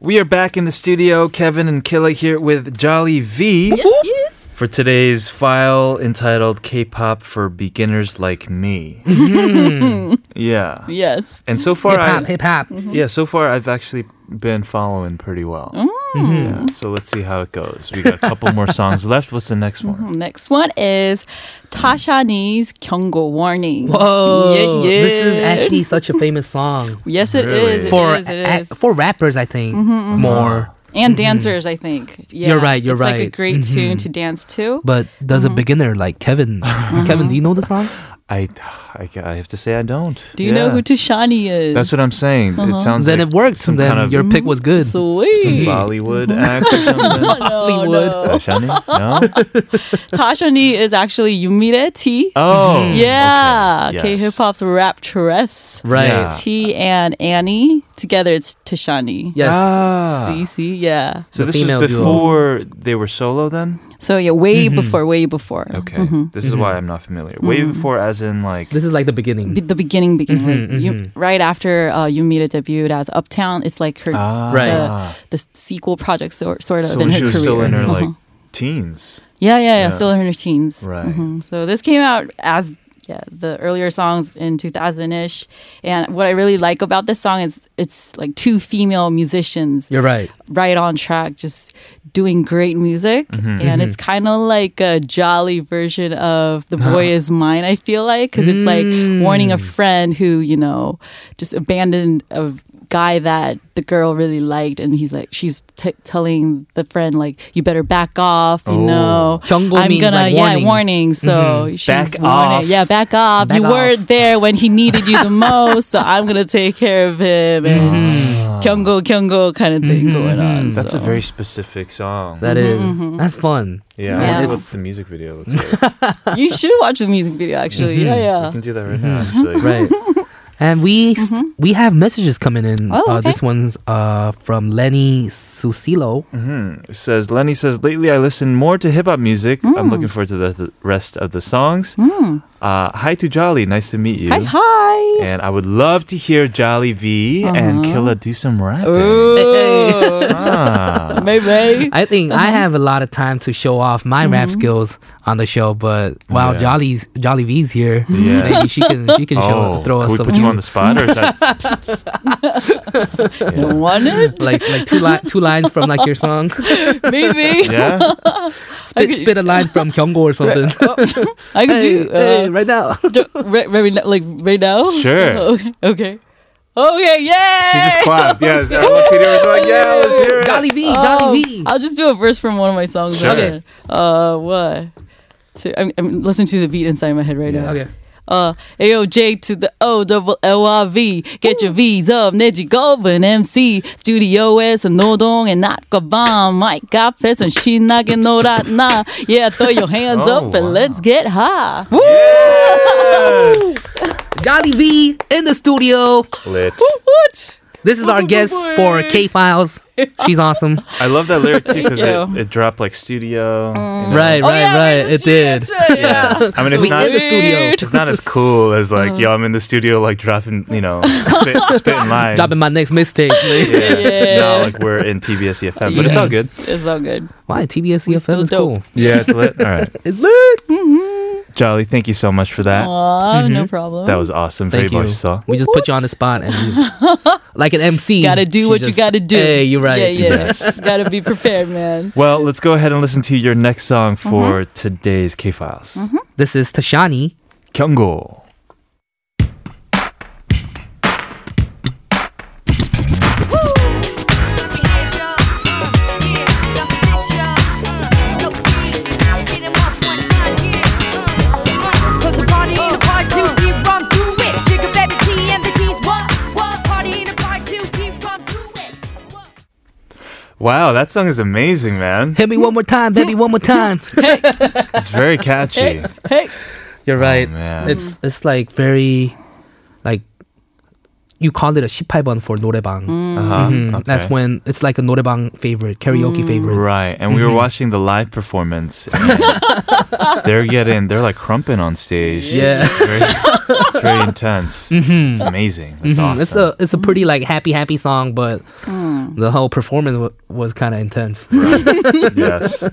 S1: We are back in the studio. Kevin and Killa here with Jolly V
S4: Yes.
S1: for today's file entitled K-pop for beginners like me.
S4: Mm-hmm.
S1: [LAUGHS] yeah.
S4: Yes.
S1: And so far,
S2: Hip hop,
S1: I,
S2: hip hop.
S4: Mm-hmm.
S1: yeah, so far I've actually been following pretty well.
S4: Mm.
S1: Yeah, so let's see how it goes. We got a couple more songs left. What's the next one?
S4: Next one is Tasha Nee's Kyungo Warning.
S2: Whoa,
S4: Yeah, yeah.
S2: this is actually such a famous
S4: [LAUGHS]
S2: song
S4: Yes, it is.
S1: Really?
S4: It
S2: for
S4: is, it
S2: a-
S4: is. Mm-hmm,
S2: for rappers, I think. More,
S4: and dancers, I think.
S2: Mm-hmm.
S4: Yeah,
S2: You're right, you're
S4: it's Like a
S2: right. Mm-hmm.
S4: great tune to dance to.
S2: but does
S4: Mm-hmm.
S2: a beginner like
S4: [LAUGHS]
S2: Kevin? Kevin, do you know the song?
S1: I, I, I have to say I don't.
S4: Do you know
S1: Yeah.
S4: who Tashani is?
S1: That's what I'm saying. It sounds
S2: Then
S1: like
S2: it worked.
S1: Some
S2: Then
S1: kind of
S2: your pick was good.
S4: Sweet. [LAUGHS]
S1: some [LAUGHS] Bollywood act or something.
S4: Mm-hmm. no, no.
S2: Bollywood.
S1: Shani? No.
S4: Tasha Nee is actually Yumire T.
S1: Oh.
S4: yeah.
S1: okay,
S4: K
S1: yes.
S4: hip hop's raptress.
S2: [LAUGHS] right.
S1: Yeah.
S4: T and Annie. Together it's Tashani.
S2: Yes.
S1: Ah.
S4: C C, yeah.
S1: So
S2: The
S1: this is
S2: female duo.
S1: before they were solo then?
S4: So yeah, way
S2: Mm-hmm.
S4: before, way before. Mm-hmm.
S1: Okay. This is why I'm not familiar. Way before as in like
S2: this is like the beginning.
S4: Be- the beginning, beginning,
S2: Mm-hmm,
S4: like, you- right after uh, Yumita debuted as Uptown. It's like her
S1: Ah.
S2: Right.
S4: the, the sequel project, sort, sort of,
S1: So
S4: in
S1: when
S4: her
S1: she was
S4: career.
S1: still in her like
S4: Uh-huh.
S1: teens.
S4: yeah, yeah, yeah,
S1: yeah.
S4: still in her teens. Mm-hmm.
S1: Right.
S4: Mhm. So this came out as yeah the earlier songs in 2000ish and what i really like about this song is it's like two female musicians
S2: You're right.
S4: right on track just doing great music
S2: Mm-hmm.
S4: and it's kind of like a jolly version of the
S2: Uh-huh.
S4: boy is mine i feel like because it's like
S2: Mm.
S4: warning a friend who you know just abandoned a guy that the girl really liked and he's like she's t- telling the friend like you better back off you
S1: Oh.
S4: know
S2: Jungle
S4: i'm
S2: means,
S4: gonna
S2: like,
S4: yeah
S2: warning.
S4: warning so she's
S1: Back off.
S4: warning. yeah back off
S2: Back
S4: you
S2: off.
S4: weren't there when he needed you the most so i'm gonna take care of him
S2: Mm-hmm.
S4: and Uh-huh. kyungo kyungo kind of thing going on
S1: Mm-hmm. That's
S4: so.
S1: a very specific song.
S2: That is-
S4: Mm-hmm,
S2: that's fun.
S1: yeah,
S4: Yeah.
S1: I wonder what
S4: It's-
S1: the music video looks like.
S4: you should watch the music video actually yeah
S1: We
S4: yeah
S1: can do that right now. actually.
S2: Right.
S4: [LAUGHS]
S2: And we s we have messages coming in.
S4: Mm-hmm. Oh,
S2: uh,
S4: okay.
S2: this one's uh, from Lenny Susilo.
S1: Hmm. It says Lenny says lately I listen more to hip hop music.
S4: Hmm.
S1: I'm looking forward to the, the rest of the songs. Uh, hi to Jolly, nice to meet you.
S4: hi
S1: [LAUGHS]
S4: hi
S1: And I would love to hear Jolly V and Killa do some rapping.
S4: Uh-huh. Ooh.
S2: [LAUGHS]
S1: Ah.
S4: maybe [LAUGHS]
S2: I think I
S4: Uh-huh.
S2: have a lot of time to show off my rap
S4: Mm-hmm.
S2: skills on the show, but while
S1: Yeah.
S2: Jolly's Jolly V's here,
S1: Yeah.
S2: maybe she can she can show,
S1: oh,
S2: throw
S1: can
S2: us
S1: we
S2: some
S1: put
S2: [LAUGHS]
S1: you on the spot, or is
S4: [LAUGHS]
S1: that
S4: don't want it
S2: [LAUGHS] like like two li- two lines from like your song.
S4: [LAUGHS]
S1: [LAUGHS]
S4: maybe
S1: yeah?
S2: Spit spit a line from Kyungo or something.
S4: oh, i [LAUGHS] could
S2: Hey,
S4: do uh,
S2: hey, right
S4: [LAUGHS]
S2: now.
S4: do- right, right, now- like right now
S1: Sure.
S4: [LAUGHS] okay okay okay yeah
S1: She just clapped.
S4: [LAUGHS]
S1: Yes, everyone, Peter was like, "Yeah, let's hear it."
S2: Jolly V,
S4: Oh,
S2: Jolly V.
S4: I'll just do a verse from one of my songs.
S1: Sure.
S4: Okay. Uh, what? So I'm, I'm listening to the beat inside my head right now.
S2: Okay.
S4: Uh, AOJ to the O double L Y V. Get your V's up. Neji Govan MC. Studio S and Nodong and Nakaban. Mike got fest and she knocking no that nah. Yeah, throw your hands
S1: Oh,
S4: up and
S1: wow.
S4: let's get high.
S1: Yes!
S2: Jolly V in the studio.
S1: Lit.
S4: What?
S2: This is our guest for K Files. She's
S4: [LAUGHS]
S2: awesome.
S1: I love that lyric too because
S4: you. Mm.
S1: it, it dropped like studio. you know?
S2: Right, right,
S4: Oh, yeah,
S2: right.
S4: we
S2: It
S4: just
S2: did.
S1: Yeah. I mean, it's
S2: we
S1: not.
S2: in the studio.
S4: Weird.
S1: It's not as cool as like, yo, I'm in the studio, like dropping, you know,
S2: [LAUGHS]
S1: spit, spitting lines.
S2: Dropping my next
S1: [LAUGHS]
S2: mistake. [LAUGHS]
S1: Yeah.
S4: Yeah.
S1: Not like we're in TBS EFM, E but it's all good.
S4: Yes, It's all good.
S2: Why TBS
S4: We
S2: EFM
S4: still
S2: is
S4: dope.
S2: cool.
S1: Yeah, it's lit. All
S2: [LAUGHS]
S1: right.
S2: It's lit.
S1: Jolly, thank you so much for that.
S4: Aw, Uh, no problem.
S1: That was awesome.
S2: Thank
S1: Very
S2: you.
S1: much so.
S2: We just put you on the spot and
S4: [LAUGHS]
S2: you just, like an MC.
S4: gotta do
S2: she
S4: what you
S2: just-
S4: gotta do.
S2: Hey, you're right.
S4: Yeah, yeah.
S1: Yes.
S4: gotta
S1: [LAUGHS]
S4: be prepared, man.
S1: Well, let's go ahead and listen to your next song
S2: Mm-hmm.
S1: for today's K Files.
S2: This is Tashani.
S1: 경고.
S3: Uh, Uh,
S1: Wow, that song is amazing, man.
S2: Hit me one more time, baby, one more
S4: [LAUGHS]
S2: time.
S1: It's
S2: [LAUGHS]
S1: very catchy. Oh,
S4: Hey, hey.
S2: You're right.
S1: man.
S2: it's it's like very, like, you call it a 18번 for 노래방.
S1: Uh-huh.
S2: Mm, That's
S1: okay.
S2: when it's like a 노래방 favorite,
S4: Mm.
S2: karaoke favorite.
S1: Right, and
S2: Mm-hmm.
S1: we were watching the live
S2: [LAUGHS]
S1: performance. and they're getting, they're like crumping on stage.
S2: Yeah.
S1: it's very, it's very
S2: [LAUGHS]
S1: intense. It's amazing. It's
S2: Mhm.
S1: awesome.
S2: It's a it's a
S4: Mm.
S2: pretty like happy happy song, but the whole performance w- was kind of
S4: [LAUGHS]
S2: intense.
S1: yes.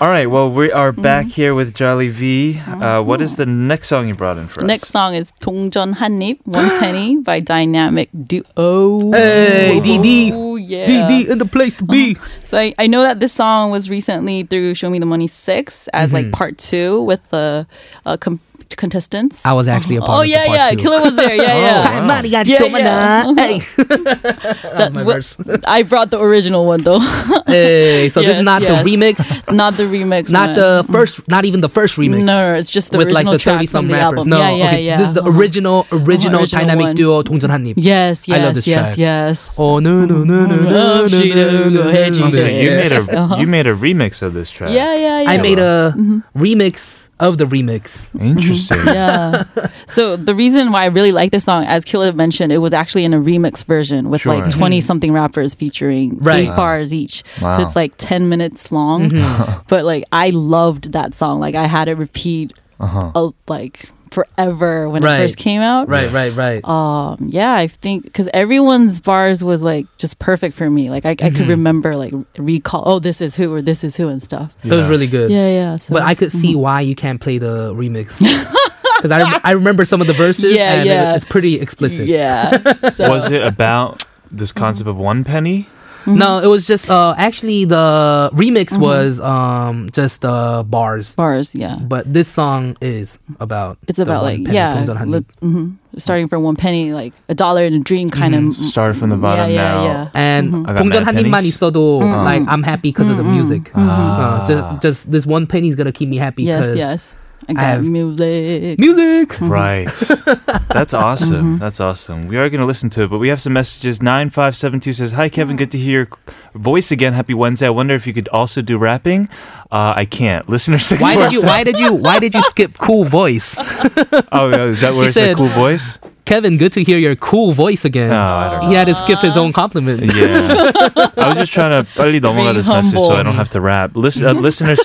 S1: All right. Well, we are
S2: Mm-hmm.
S1: back here with Jolly V. Uh,
S2: Oh.
S1: what is the next song you brought in for us?
S4: Next song is 동전 한입, One Penny by Dynamic Duo.
S2: Hey, DD.
S4: Oh, yeah.
S2: DD in the place to be.
S4: So I, I know that this song was recently through Show Me the Money 6 as
S2: Mm-hmm.
S4: like part two with the uh, com- contestants.
S2: I was actually a part
S4: Oh,
S2: of the
S4: yeah,
S2: part
S4: yeah.
S2: two. Oh,
S4: Killer was there.
S2: [LAUGHS]
S4: Yeah, yeah.
S1: Oh,
S2: Hi, Mari, got
S4: Yeah,
S2: you, man.
S4: yeah. [LAUGHS]
S2: Hey. That's my
S4: Well,
S2: verse.
S4: I brought the original one though. [LAUGHS]
S2: Hey, so this
S4: Yes,
S2: is not
S4: yes.
S2: the remix,
S4: not the remix.
S2: not
S4: one.
S2: the first, not even the first remix.
S4: No, no, it's just the
S2: with like
S4: original
S2: the
S4: track from
S2: some
S4: the
S2: rappers.
S4: album.
S2: No,
S4: yeah, yeah,
S2: okay,
S4: yeah.
S2: this is the
S4: Uh-huh.
S2: original, original,
S4: original
S2: dynamic
S4: one.
S2: duo 동전 한입.
S4: Yes,
S2: I
S4: yes,
S2: love this
S4: yes,
S2: track.
S4: yes.
S2: Oh no no no no no no
S4: she
S2: no,
S4: do,
S2: no,
S4: hey,
S2: no,
S4: she
S1: Oh, so
S2: no.
S4: do.
S1: you made a
S4: [LAUGHS] Uh-huh.
S1: you made a remix of this track.
S4: Yeah, yeah, yeah. Mm-hmm.
S2: I made a remix of the remix.
S1: Interesting.
S4: yeah. So the reason why I really like this song, as Killa mentioned, it was actually in a remix version with
S1: Sure. Mm-hmm.
S4: like twenty something rappers featuring
S2: Right.
S4: eight bars each.
S1: Wow.
S4: [LAUGHS]
S1: Mm-hmm.
S4: So it's like ten minutes long. [LAUGHS] but like I loved that song. Like I had it repeat uh, like forever when
S2: Right.
S4: it first came out.
S2: Right, right, right.
S4: um yeah i think because everyone's bars was like just perfect for me like i, I
S1: Mm-hmm.
S4: could remember like recall oh this is who or this is who and stuff
S2: It was really good.
S4: yeah yeah so Mm-hmm.
S2: But I could see why you can't play the remix. [LAUGHS] because I, rem- I remember some of the verses and
S4: Yeah,
S2: it-
S4: yeah.
S2: it's pretty
S1: [LAUGHS]
S2: explicit.
S4: Yeah. So.
S1: Was it about this concept of one penny?
S2: No, it
S4: Mm-hmm.
S2: was just uh, actually the remix was um, just uh, bars,
S4: bars? Yeah.
S2: but this song is about
S4: It's
S2: the one
S4: about like
S2: penny
S4: yeah,
S2: 동전 한
S4: li-
S2: 입.
S4: mhm. starting from one penny, like a dollar and a dream,
S2: Mm-hmm.
S4: kind of.
S1: Started from the bottom
S4: Mm-hmm. yeah,
S1: now.
S4: Yeah, yeah.
S2: and
S1: I got mad
S2: 동전 한 입만
S1: pennies.
S2: 있어도
S4: Mm-hmm.
S2: like I'm happy because of the music.
S1: Ah.
S2: Uh, just just this one penny is gonna keep me happy.
S4: Yes,
S2: 'cause
S4: yes.
S2: I
S4: I got
S2: have- [LAUGHS]
S4: music.
S2: Music.
S1: Right.
S2: [LAUGHS]
S1: That's
S2: Mm-hmm.
S1: awesome. That's awesome. We are going to listen to it, but we have some messages. 9572 says, Hi, Kevin. Good to hear your voice again. Happy Wednesday. I wonder if you could also do rapping. Uh, I can't. [LAUGHS] Listener 6
S4: [LAUGHS]
S2: Why did you? Why did you? Why did you skip cool voice?
S1: Oh, yeah, is that where
S2: [LAUGHS] He
S1: it's a
S2: said-
S1: cool
S2: [LAUGHS]
S1: voice?
S2: Kevin, good to hear your cool voice
S1: No,
S2: again.
S1: Oh, I don't know.
S2: He had to skip his own
S1: [LAUGHS]
S2: compliment.
S1: Yeah. I was just trying to 빨리 넘어가
S4: Being
S1: this message so I
S4: humble.
S1: don't have to rap. Listen, uh,
S2: [LAUGHS]
S1: listener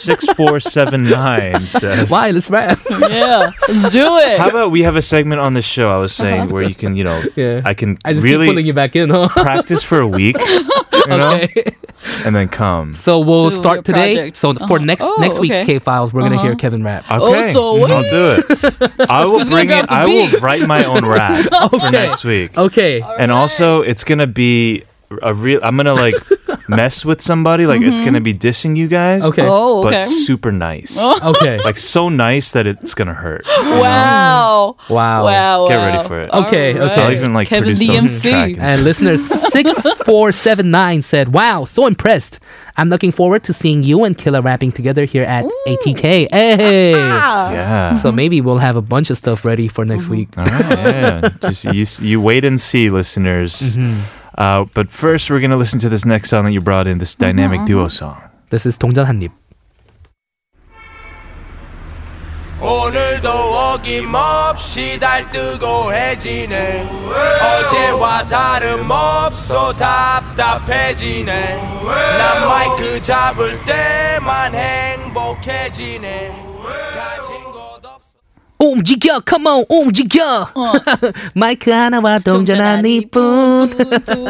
S1: 6479 says,
S2: Why?
S1: [LAUGHS]
S2: Let's rap.
S4: yeah, let's do it.
S1: How about we have a segment on the show? I was saying where you can, you know,
S2: [LAUGHS] Yeah.
S1: I can
S2: I just keep pulling
S1: really
S2: you back in, huh?
S1: practice for a week, you know,
S2: [LAUGHS] Okay.
S1: and then
S2: [LAUGHS]
S1: come.
S2: So we'll
S4: Ooh,
S2: start
S4: your
S2: today.
S4: project.
S2: So for
S4: Uh-huh.
S2: next
S4: Oh,
S2: next week's
S4: okay. Uh-huh.
S2: K files, we're gonna hear Kevin rap.
S1: Okay,
S4: so
S1: I'll do
S4: [LAUGHS]
S1: it. I will
S4: Who's gonna
S1: bring it.
S4: drop the
S1: I will
S4: beat?
S1: write my own
S4: [LAUGHS]
S1: rap for
S2: Okay.
S1: next week.
S2: Okay.
S1: And also, it's gonna be a real. I'm gonna
S4: [LAUGHS]
S1: like mess with somebody. Like it's gonna be dissing you guys.
S2: Okay.
S4: Oh, okay. Oh.
S1: But super nice.
S2: Okay.
S1: Like so nice that it's gonna
S4: [GASPS]
S1: hurt. you know?
S4: wow.
S2: Wow.
S4: [LAUGHS] Wow.
S1: Get
S4: wow.
S1: ready for it.
S2: Okay,
S4: All
S2: okay.
S1: I'll even like
S4: Kevin
S1: produce the
S4: DMC.
S1: track. [LAUGHS]
S2: And listener 6479 said, Wow, so impressed. I'm looking forward to seeing you and Killa rapping together here at ATK.
S4: Ah,
S2: Hey!
S1: yeah.
S2: So maybe we'll have a bunch of stuff ready for
S4: Mm-hmm.
S2: next week.
S1: All right, yeah. Just you, s- you wait and see, listeners.
S4: Mm-hmm.
S1: Uh, but first, we're gonna listen to this next song that you brought in, this dynamic
S4: Mm-hmm.
S1: duo song.
S2: This is 동전 한 입.
S7: 오늘도 어김없이 달뜨고해지네 어제와 다름없어 답답해지네 난 마이크 잡을 때만 행복해지네 가진 것 없어
S2: 움직여, come on, 움직여. [LAUGHS] 마이크 하나와 동전 한 입뿐.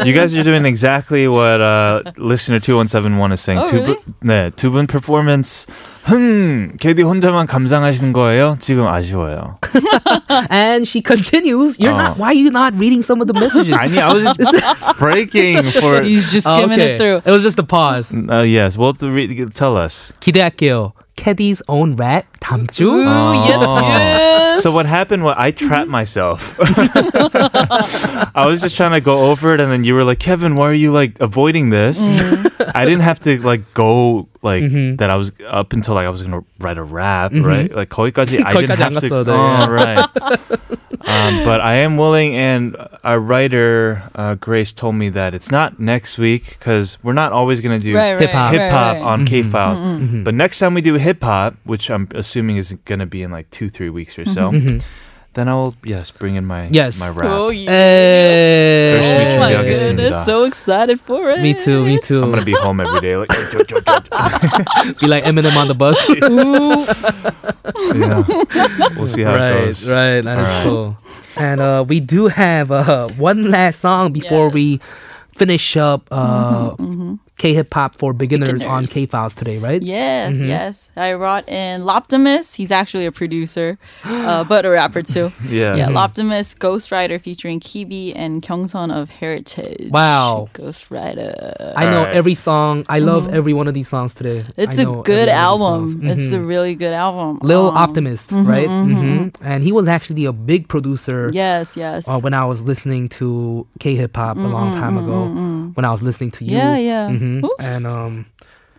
S1: You guys are doing exactly what uh, listener 2171 is saying.
S4: Oh,
S1: 두 분- 네, 두 분 performance. 흠, 걔들 혼자만 감상하시는 거예요? 지금 아쉬워요.
S2: [LAUGHS] And she continues, You're
S1: Oh.
S2: not, why are you not reading some of
S4: [LAUGHS]
S2: the messages?
S1: I mean, I was just breaking for.
S4: He's just
S2: Oh,
S4: skimming
S2: okay.
S4: it through.
S2: It was just a
S1: [LAUGHS]
S2: pause.
S1: Uh, yes, well, to re- tell us.
S2: 기대할게요. 캐디's own rap 다음 주.
S4: Ooh, yes,
S1: Oh.
S4: yes. Mm-hmm.
S1: So what happened was I trapped myself. [LAUGHS] I was just trying to go over it, and then you were like, "Kevin, why are you like avoiding this?"
S4: Mm-hmm.
S1: I didn't have to like go like that. I was up until like I was gonna write a rap, right? Like 거기까지 I didn't
S2: 거기까지 안
S1: have to.
S2: 갔어도 돼.
S1: oh, right. um, but I am willing, and our writer uh, Grace told me that it's not next week because we're not always gonna do
S4: Right, right,
S2: hip-hop. Mm-hmm.
S1: hip hop
S4: right, right.
S1: on K Files.
S2: Hmm.
S1: But next time we do hip hop, which I'm assuming is going to be in like two, three weeks or so, then I will, yes, bring in my,
S2: Mm-hmm. Yes.
S1: my rap.
S4: Oh,
S1: 열심히
S4: yes.
S2: Hey.
S4: Oh my
S1: 준비하겠습니다.
S4: goodness, so excited for it.
S2: Me too, me too.
S1: I'm going to be home every day.
S4: [LAUGHS]
S1: Like, [LAUGHS]
S2: be like Eminem on the [LAUGHS] bus.
S4: Ooh.
S1: yeah. We'll see how it
S2: right,
S1: goes.
S2: right. That is
S1: Alright.
S2: cool. And uh, we do have uh, one last song before
S4: Yes. Mm-hmm,
S2: we finish up uh, K hip hop for beginners, on
S4: Beginners.
S2: K Files today, right?
S4: Yes,
S2: Mm-hmm.
S4: yes. I brought in Loptimus. He's actually a producer,
S2: [GASPS]
S4: uh, but a rapper too.
S1: Yeah.
S2: Mm-hmm.
S4: Yeah, Loptimus, Ghost Rider featuring Kibi and Kyungsun of Heritage.
S2: Wow.
S4: Ghost Rider.
S2: I know
S1: Alright.
S2: every song. I love every one of these songs today.
S4: Mm-hmm. It's
S2: I
S4: a
S2: know
S4: good
S2: every one of
S4: album.
S2: these songs. Mm-hmm.
S4: It's a really good album.
S2: Lil
S4: Um,
S2: Optimist, right?
S4: mm-hmm.
S2: hmm And he was actually a big producer.
S4: Yes, yes. Mm-hmm,
S2: Uh, when I was listening to K hip hop a long time ago, when I was listening to you,
S4: yeah, yeah.
S2: Mhm.
S4: Ooh.
S2: and um,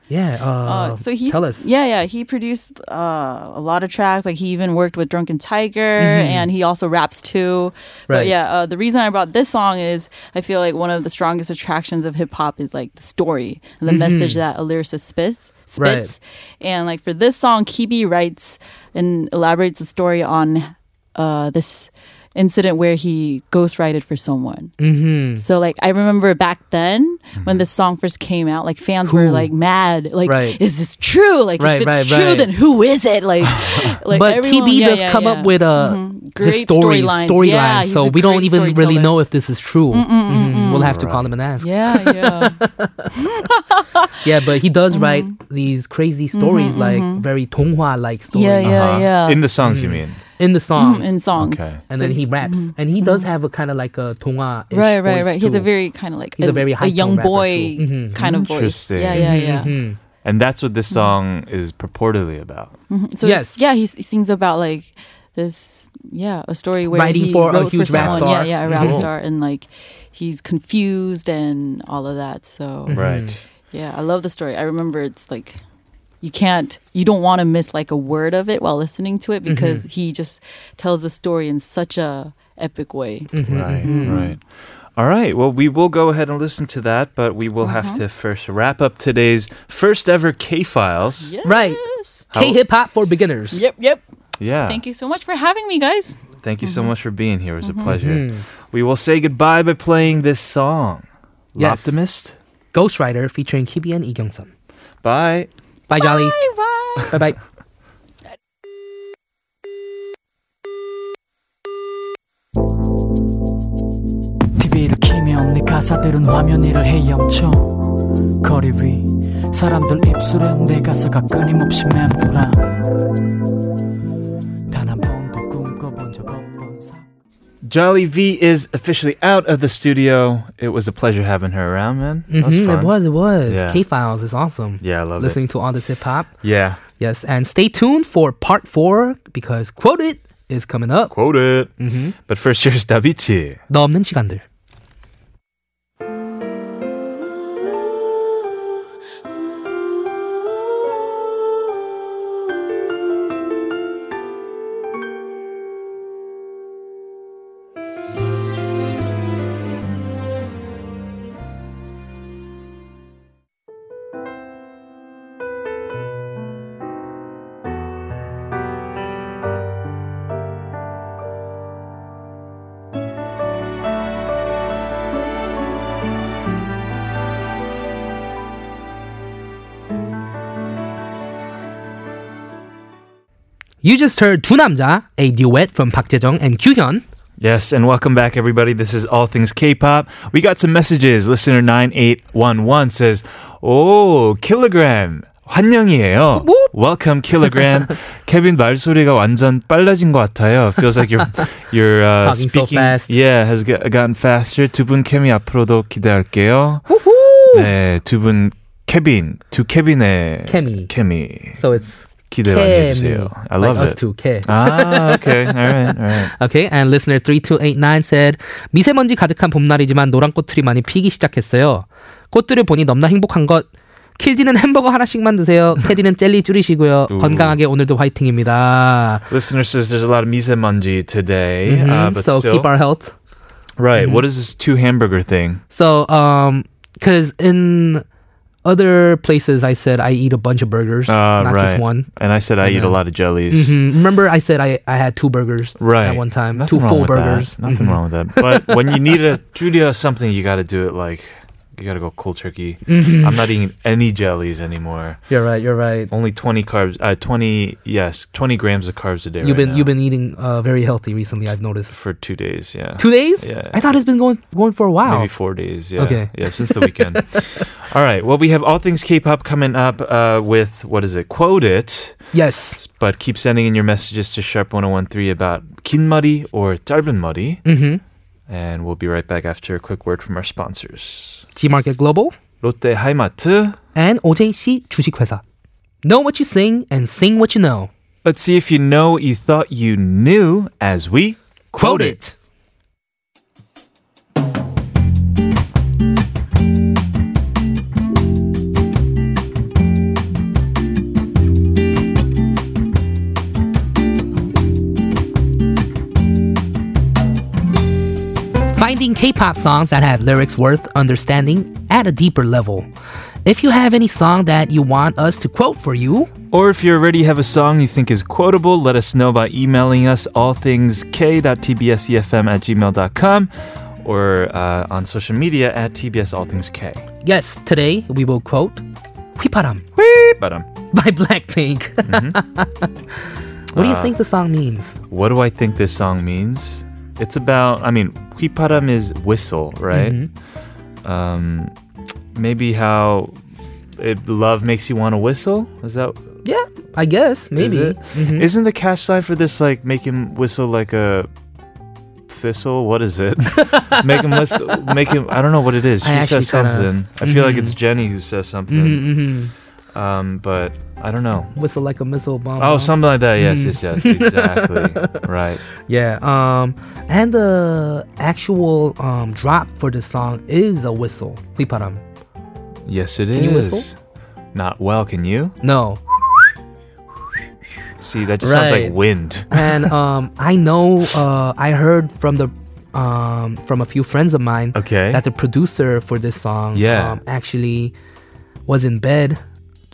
S2: yeah. Uh,
S4: Uh, so he's
S2: tell us.
S4: yeah yeah he produced uh, a lot of tracks like he even worked with Drunken Tiger and he also raps too
S2: Mm-hmm. Right.
S4: but yeah uh, the reason I brought this song is I feel like one of the strongest attractions of hip hop is like the story and the message that a lyricist spits spits
S2: Mm-hmm. Right.
S4: and like for this song Kibi writes and elaborates a story on uh, this incident where he ghostwrited for someone
S2: Mm-hmm.
S4: so like I remember back then when this song first came out, like fans were like mad, like
S2: Right.
S4: is this true? Like
S2: Right,
S4: if it's
S2: right,
S4: true,
S2: right.
S4: then who is it?
S2: [LAUGHS]
S4: Like, like
S2: but
S4: everyone-
S2: TB
S4: yeah,
S2: does
S4: yeah,
S2: come
S4: yeah. Mm-hmm.
S2: up with a just
S4: Great
S2: story
S4: storylines.
S2: storyline,
S4: Yeah, he's
S2: so
S4: a
S2: we don't
S4: great
S2: even really
S4: storyteller.
S2: know if this is true. Mhm. We'll have to call him and ask. Yeah,
S4: [LAUGHS] yeah, yeah.
S2: but he does
S4: Mm-hmm.
S2: write these crazy stories, like very Tonghua like stories. Uh,
S1: Uh-huh.
S4: yeah, yeah, yeah.
S1: In the songs, you mean?
S2: in the songs.
S4: in songs.
S1: Okay.
S2: and
S4: Mm-hmm. So mm-hmm.
S2: then he raps, and he does have a kind of like a 동화.
S4: Right, right, right. He's a very kind of like
S2: He's a very high-tone
S4: young
S2: rapper,
S4: boy
S2: too. Mm-hmm, Mhm.
S4: kind of voice.
S1: Interesting.
S4: Yeah, yeah, yeah.
S1: And that's what this
S2: Mm-hmm.
S1: song is purportedly about.
S4: So
S2: Yes.
S4: yeah, he, s- he sings about like this yeah a story where
S2: Writing
S4: he
S2: for a
S4: wrote for
S2: huge rap
S4: someone.
S2: star. Mm-hmm.
S4: Yeah, yeah, a rap
S1: Mhm.
S4: star, and like he's confused and all of that. So
S2: Mm-hmm.
S1: Right.
S4: yeah, I love the story. I remember it's like you can't you don't want to miss like a word of it while listening to it because
S2: Mm-hmm.
S4: he just tells the story in such a epic way.
S2: Mm. Mm-hmm.
S1: Right, right. All right. Well, we will go ahead and listen to that, but we will have to
S4: Uh-huh.
S1: first wrap up today's first ever K Files.
S4: Yes.
S2: Right. Ah. K hip hop for beginners.
S4: Yep, yep.
S1: Yeah.
S4: Thank you so much for having me, guys.
S1: Thank you so much for being here. It was a pleasure.
S2: Mm-hmm.
S1: We will say goodbye by playing this song.
S2: Yes.
S1: Optimist.
S2: Ghostwriter featuring Kibi and 이경선.
S1: Bye.
S2: Bye, Jolly.
S4: Bye bye.
S2: Bye, bye.
S8: TV를 키면 내 가사들은 화면 위를 헤엄쳐 거리 위 사람들 입술에 내 가사가 끊임없이 맴돌아 단 한 번도 꿈꿔본 적 없던 사
S1: Jolly V is officially out of the studio. It was a pleasure having her around, man. That was
S2: Mhm,
S1: fun.
S2: it was, it was.
S1: Yeah.
S2: K Files is awesome.
S1: Yeah, I love
S2: Listening to all this hip hop.
S1: it. Yeah.
S2: Yes, and stay tuned for part four because Quote It is coming up.
S1: Quote it.
S2: Mm.
S1: But first, [LAUGHS] here's Davichi.
S2: 너 없는 시간들. You just heard 두 남자, a duet from Park Jae-jung and Kyuhyun.
S1: Yes, and welcome back, everybody. This is All Things K-pop. We got some messages. Listener 9811 says, Oh, kilogram. 환영이에요. Welcome,
S2: [LAUGHS]
S1: kilogram. 케빈 말소리가 완전 빨라진 것 같아요. Feels like
S2: [LAUGHS]
S1: you're, you're uh,
S2: Talking so
S1: speaking.
S2: fast.
S1: Yeah, has got- gotten faster. 두분 케미 앞으로도 기대할게요. 네, 두분 케빈, 두 케빈의
S2: 케미.
S1: 케미
S2: So it's
S1: 기대 많이 해주세요. I
S2: like
S1: love
S2: us
S1: it.
S2: too, K.
S1: Ah, okay. All right, all right.
S2: Okay, and listener 3289 said 미세먼지 가득한 봄날이지만 노란 꽃들이 많이 피기 시작했어요. 꽃들을 보니 넘나 행복한 것. 킬디는 햄버거 하나씩만 [LAUGHS] 드세요. 캐디는 젤리 줄이시고요.
S1: 오.
S2: 건강하게 오늘도 화이팅입니다.
S1: Listener says there's a lot of misemanji today, uh,
S2: Mhm,
S1: but
S2: so
S1: still,
S2: keep our Mm-hmm. health.
S1: right? what is this two hamburger thing?
S2: So, um, because in other places I said I eat a bunch of burgers,
S1: Uh,
S2: not
S1: right.
S2: just one.
S1: And I said I eat a
S2: Yeah.
S1: lot of jellies.
S2: Mm, Remember I said I, I had two burgers
S1: Right.
S2: at one time,
S1: Nothing
S2: two
S1: wrong
S2: full
S1: with
S2: burgers.
S1: That. Nothing
S2: Mhm.
S1: wrong with that.
S2: [LAUGHS]
S1: But when you need a julia something, you got to do it like you got to go cold turkey.
S2: Mm-hmm.
S1: I'm not eating any jellies anymore.
S2: You're right. You're right.
S1: Only 20 carbs. Uh, 20 yes, 20 grams of carbs a day. right
S2: You've been
S1: now
S2: you've been eating uh, very healthy recently. I've noticed.
S1: for two days. Yeah.
S2: Two days?
S1: Yeah.
S2: I thought it's been going going for a while.
S1: Maybe four days. Yeah.
S2: Okay.
S1: Yeah, since the
S2: [LAUGHS]
S1: weekend. all right. Well, we have all things K-pop coming up uh, with what is it? Quote it,
S2: yes.
S1: but keep sending in your messages to sharp 1013 about kin muddy or 짧은 muddy,
S2: Mm-hmm.
S1: and we'll be right back after a quick word from our sponsors.
S2: G Market Global
S1: Lotte Haimatu.
S2: and OJC 주식회사. Know what you sing and sing what you know.
S1: Let's see if you know what you thought you knew as we quote it.
S2: Finding K pop songs that have lyrics worth understanding at a deeper level. If you have any song that you want us to quote for you,
S1: Or if you already have a song you think is quotable, let us know by emailing us allthingsk.tbsefm e at gmail.com or uh, on social media at tbs all things k.
S2: yes, today we will quote 휘파람
S1: But um,
S2: [LAUGHS] by Blackpink.
S1: Mm-hmm.
S2: [LAUGHS] what
S1: Uh,
S2: do you think the song means?
S1: what do I think this song means? It's about, I mean, 휘파람 is whistle, right?
S2: Mm-hmm.
S1: Um, maybe how it, love makes you want to whistle? Is that
S2: Yeah, I guess maybe.
S1: Is it?
S2: Mhm.
S1: Isn't the catch line for this like make him whistle like a thistle? What is it? [LAUGHS] make him whistle. Make him. I don't know what it is. She
S2: I actually
S1: says
S2: kind of-
S1: something. I feel like
S2: Mhm.
S1: it's Jenny who says something.
S2: Mhm, mhm.
S1: Um, but I don't know.
S2: Whistle like a missile bomb.
S1: Oh,
S2: huh?
S1: something like that. Yes,
S2: Mhm.
S1: yes, yes. Exactly.
S2: [LAUGHS]
S1: right.
S2: Yeah. Um, and the actual um drop for this song is a whistle. 휘파람.
S1: Yes, it is.
S2: Can you whistle?
S1: Not well. Can you [LAUGHS]
S2: No.
S1: see? That just sounds
S2: Right.
S1: like wind.
S2: And um, I know. Uh, I heard from the um from a few friends of mine
S1: Okay.
S2: that the producer for this song
S1: Yeah.
S2: um, actually was in bed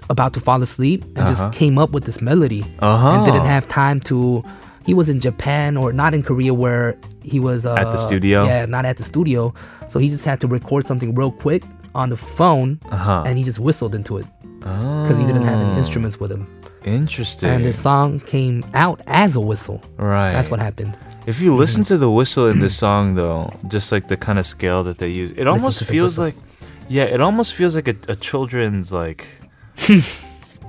S2: about to fall asleep and just
S1: Uh-huh.
S2: came up with this melody
S1: Uh-huh.
S2: and didn't have time to he was in Japan or not in Korea where he was uh,
S1: At the studio?
S2: yeah not at the studio so he just had to record something real quick on the phone
S1: Uh-huh.
S2: and he just whistled into it because he didn't have any
S1: Oh,
S2: instruments with him
S1: Interesting.
S2: and this song came out as a whistle
S1: right.
S2: that's what happened
S1: If you listen
S2: Mm-hmm.
S1: to the whistle in this song, though, just like the kind of scale that they use, it almost
S2: to the
S1: feels like,
S2: whistle.
S1: yeah, it almost feels like a, a children's
S2: [LAUGHS]
S1: like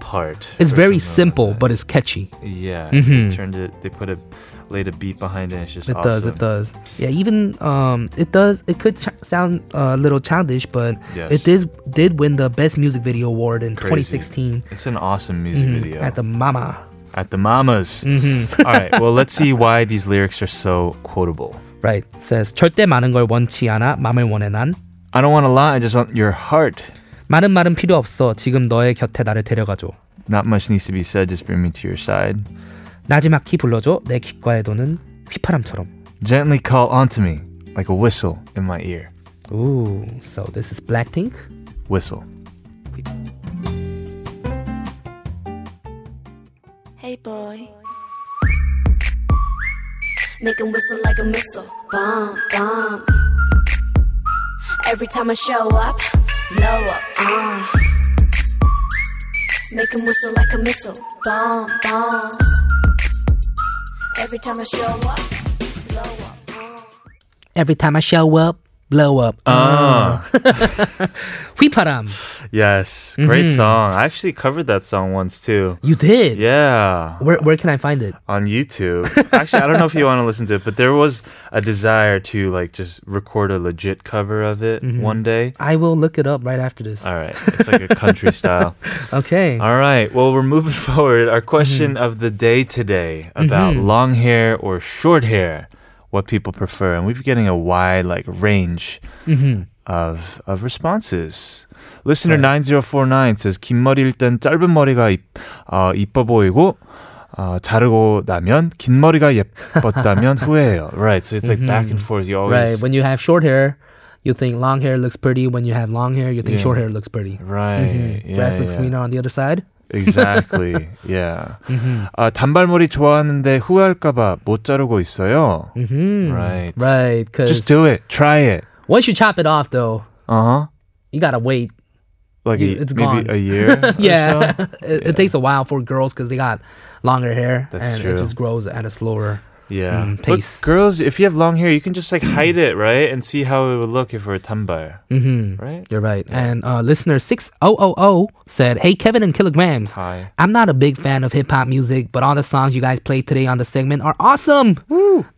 S1: part.
S2: it's
S1: or
S2: very
S1: something
S2: simple
S1: like
S2: but it's catchy
S1: that. yeah,
S2: Mhm.
S1: they turned it. They put a laid a beat behind it. And it's just
S2: It does. It
S1: awesome.
S2: does. Yeah. Even um, it does. It could ch- sound a little childish, but it
S1: Yes.
S2: did did win the best music video award in
S1: Crazy.
S2: 2016
S1: It's an awesome music
S2: mm,
S1: video
S2: at the Mm-hmm. Mama.
S1: at the Mamas. All right, well, let's see why these lyrics are so quotable.
S2: Right. Says 절대 많은 걸 원치 않아 맘을 원해 난
S1: I don't want to lie. I just want your heart.
S2: 많은 말은 필요 없어 지금 너의 곁에 나를 데려가줘
S1: Not much needs to be said. Just bring me to your side.
S2: 나지막히 불러줘 내 귓가에 도는 휘파람처럼.
S1: Gently call onto me like a whistle in my ear.
S2: Ooh. So this is Blackpink.
S1: Whistle.
S3: Hey boy
S6: Make 'em whistle like a missile. Bomb, bomb. Every time I show up, blow up. Uh. Make 'em whistle like a missile. Bomb, bomb. Every time I show up, blow up.
S2: Every time I show up, blow up.
S1: 아.
S2: 휘파람.
S1: Ah, Yes, great song. I actually covered that song once too.
S2: You did.
S1: Yeah,
S2: Where where can I find it?
S1: on YouTube. actually, I don't know if you want to listen to it, but there was a desire to like just record a legit cover of it one day.
S2: I will look it up right after this.
S1: All right, it's like a
S2: [LAUGHS]
S1: country style.
S2: Okay.
S1: All right, well, we're moving [LAUGHS] forward. Our question of the day today about long hair or short hair, what people prefer, and we've been getting a wide like range
S2: Mm-hmm.
S1: of of responses.
S2: 네.
S1: Listener 9049 says 긴 머리 일단 짧은 머리가 이, 어, 이뻐 보이고 어, 자르고 나면 긴 머리가
S2: [LAUGHS]
S1: 예뻤다면 후회해요. Right, so it's like back and forth. You
S2: Mm-hmm. Right.
S1: always
S2: When you have short hair, you think long hair looks pretty. When you have long hair, you think
S1: Yeah.
S2: short hair looks pretty.
S1: right. Yeah,
S2: Grass looks
S1: yeah.
S2: [LAUGHS] greener on Mm-hmm. the other side.
S1: Exactly. yeah.
S2: Mm-hmm.
S1: 아, 단발머리 좋아하는데 후회할까봐 못 자르고 있어요. Right.
S2: Mm-hmm. Right. Because
S1: Just do it. Try it.
S2: once you chop it off, though,
S1: Uh huh.
S2: you gotta wait.
S1: Like
S2: You-
S1: a,
S2: it's
S1: maybe
S2: gone.
S1: a year.
S2: [LAUGHS]
S1: Or
S2: Yeah.
S1: so.
S2: it, it takes a while for girls because they got longer hair
S1: That's
S2: and
S1: true.
S2: it just grows at a slower.
S1: Yeah.
S2: Mm,
S1: but
S2: pace.
S1: girls, if you have long hair, you can just like hide it, right, and see how it would look if it were 단발,
S2: Mm-hmm.
S1: right?
S2: You're right. And uh, listener six oh oh oh said, "Hey Kevin and Kilograms,
S1: Hi.
S2: I'm not a big fan of hip hop music, but all the songs you guys played today on the segment are awesome.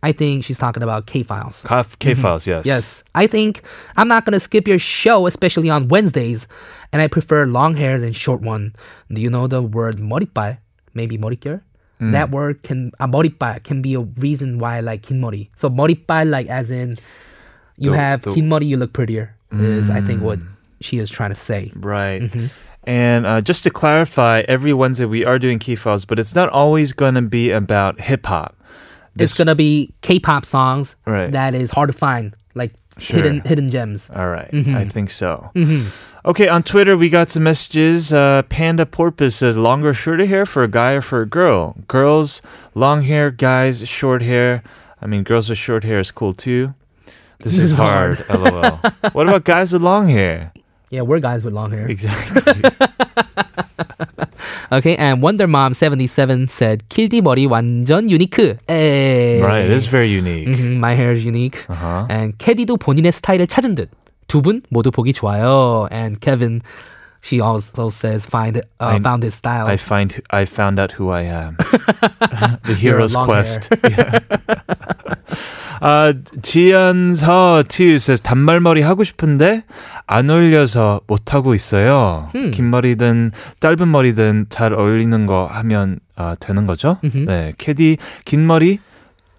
S2: I think she's talking about K Files.
S1: K, K files, yes.
S2: Mm-hmm. Yes, I think I'm not gonna skip your show, especially on Wednesdays, and I prefer long hair than short one. Do you know the word 머리빨? Maybe 머릿결?
S1: Mm.
S2: That word can a 머리빨 can be a reason why I like 긴 머리. So 머리빨 like as in you
S1: The-
S2: have
S1: the- Mm.
S2: 긴 머리, you look prettier. Is I think what she is trying to say.
S1: Right.
S2: Mm-hmm.
S1: And uh, just to clarify, every Wednesday we are doing K files, but it's not always going to be about hip hop.
S2: it's gonna be K-pop songs
S1: Right.
S2: that is hard to find, like
S1: Sure.
S2: hidden hidden gems.
S1: All right. I think so. Okay, on Twitter, we got some messages. Uh, Panda Porpoise says, longer, shorter hair for a guy or for a girl? Girls, long hair, guys, short hair. I mean, girls with short hair is cool too. This, is,
S2: is
S1: hard,
S2: hard.
S1: lol. what about guys with long hair?
S2: Yeah, we're guys with long hair.
S1: Exactly.
S2: Okay, and Wonder Mom seventy seven said, "Kildi 머리 완전 유니크." 에이.
S1: right, it is very unique.
S2: Mhm, my hair is unique.
S1: Uh-huh.
S2: And 캐디도 본인의 스타일을 찾은 듯. 두 분 모두 보기 좋아요. And Kevin, She also says find uh,
S1: I-
S2: found his style.
S1: I find I found out who I
S2: [LAUGHS]
S1: am. the
S2: You're a
S1: hero's
S2: long
S1: quest. [LAUGHS] Yeah. 아, 지연서 티 says 단발머리 하고 싶은데 안 어울려서 못 하고 있어요. 긴 머리든 짧은 머리든 잘 어울리는 거 하면 아, 되는 거죠?
S2: 음. Mm-hmm. [LAUGHS]
S1: 네, 캐디 긴 머리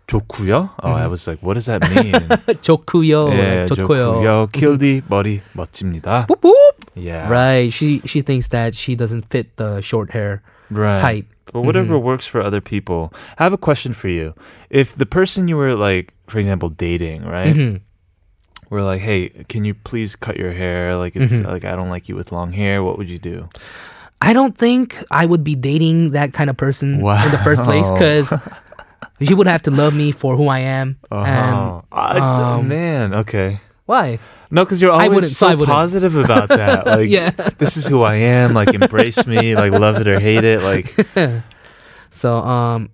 S1: 좋고요. Oh, I was like, what does that
S2: [LAUGHS]
S1: mean?
S2: 음. 어, 좋고요.
S1: 예,
S2: 좋고요.
S1: 킬디 머리 멋집니다.
S2: 뽀 뽀.
S1: Yeah.
S2: Right. She she thinks that she doesn't fit the short hair
S1: right.
S2: type.
S1: But whatever
S2: Mm-hmm.
S1: works for other people. I have a question for you. If the person you were like, for example, dating, right?
S2: Mhm.
S1: We're like, hey, can you please cut your hair? Like, it's
S2: Mm-hmm.
S1: like I don't like you with long hair. What would you do?
S2: I don't think I would be dating that kind of person in the first place
S1: Wow. [LAUGHS]
S2: because she would have to love me for who I am. And
S1: Oh, I-
S2: um,
S1: man, okay.
S2: why?
S1: No, because you're
S2: I wouldn't,
S1: always
S2: so I
S1: so
S2: wouldn't.
S1: positive
S2: [LAUGHS]
S1: about that. Like,
S2: Yeah.
S1: this is who I am. Like, embrace me. Like, love it or hate it. Like,
S2: So um,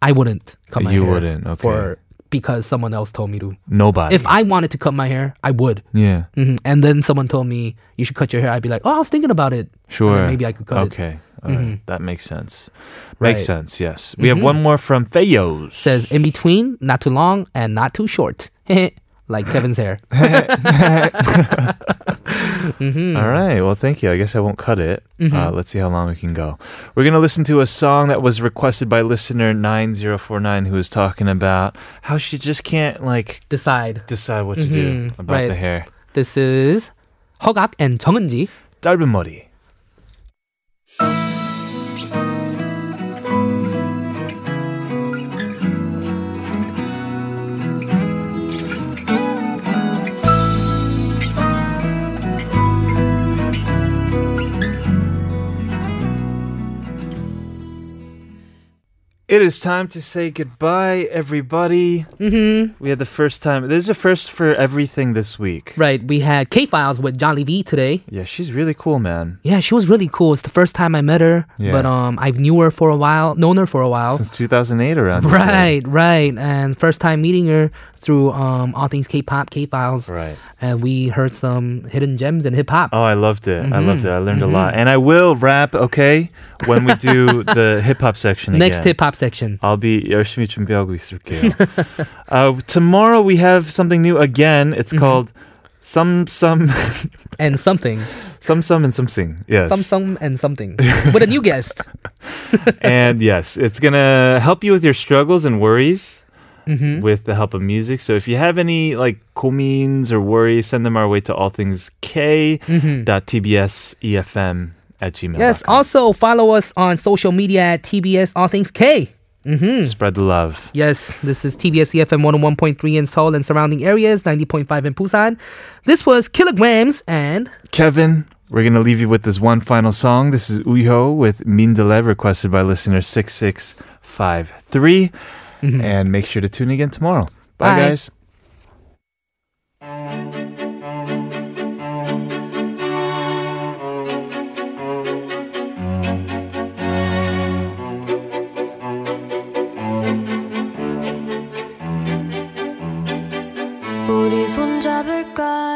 S2: I wouldn't [LAUGHS] cut my
S1: You
S2: hair
S1: wouldn't, okay.
S2: for because someone else told me to.
S1: nobody.
S2: If I wanted to cut my hair, I would.
S1: yeah,
S2: hmm And then someone told me you should cut your hair. I'd be like, oh, I was thinking about it.
S1: sure.
S2: then maybe I could cut it. Mm-hmm.
S1: okay. All right. That makes sense. Makes
S2: Right. Mm-hmm.
S1: sense. Yes. We have one more from Fayos.
S2: Says in between, not too long and not too short, [LAUGHS] like Kevin's
S1: [LAUGHS]
S2: hair.
S1: All right. Well, thank you. I guess I won't cut it. Uh, let's see how long we can go. We're going to listen to a song that was requested by listener 9049 who was talking about how she just can't like
S2: Decide.
S1: decide what to do
S2: Mhm,
S1: about
S2: right.
S1: the hair.
S2: This is 허각 and 정은지.
S1: 짧은 머리. It is time to say goodbye, everybody.
S2: Mm-hmm.
S1: We had the first time. This is a first for everything this week.
S2: Right. We had K Files with Jolly V today.
S1: Yeah, she's really cool, man.
S2: Yeah, she was really cool. It's the first time I met her,
S1: Yeah.
S2: but um, I've knew her for a while, known her for a while. [LAUGHS]
S1: since 2008 around this area.
S2: Oh. Right, right, and first time meeting her through um all things K-pop, K-files,
S1: right
S2: and we heard some hidden gems in hip hop.
S1: oh i loved it i loved it i learned
S2: Mm-hmm.
S1: a lot and i will rap okay when we
S2: [LAUGHS]
S1: do the hip-hop section
S2: Next
S1: again.
S2: hip-hop section.
S1: I'll be 열심히 준비하고 있을게요. [LAUGHS] uh, tomorrow we have something new again.
S2: Mm-hmm.
S1: It's called some some [LAUGHS]
S2: and something.
S1: some some and something. Yes.
S2: Some some and something. With a new
S1: [LAUGHS]
S2: guest.
S1: and yes, it's gonna help you with your struggles and worries with the help of music. So if you have any like 고민s or worries, send them our way to all things k dot tbs efm at gmail.
S2: Yes. Also follow us on social media at TBS All Things K.
S1: spread the love.
S2: Yes, this is TBS EFM 101.3 in Seoul and surrounding areas, 90.5 in Busan. This was Kilograms and
S1: Kevin, we're gonna leave you with this one final song. This is Uyo with Mindele, requested by listener six six five three.
S2: Hmm.
S1: And make sure to tune in again tomorrow. Bye.
S2: Bye.
S1: guys.
S6: 우리 손잡을까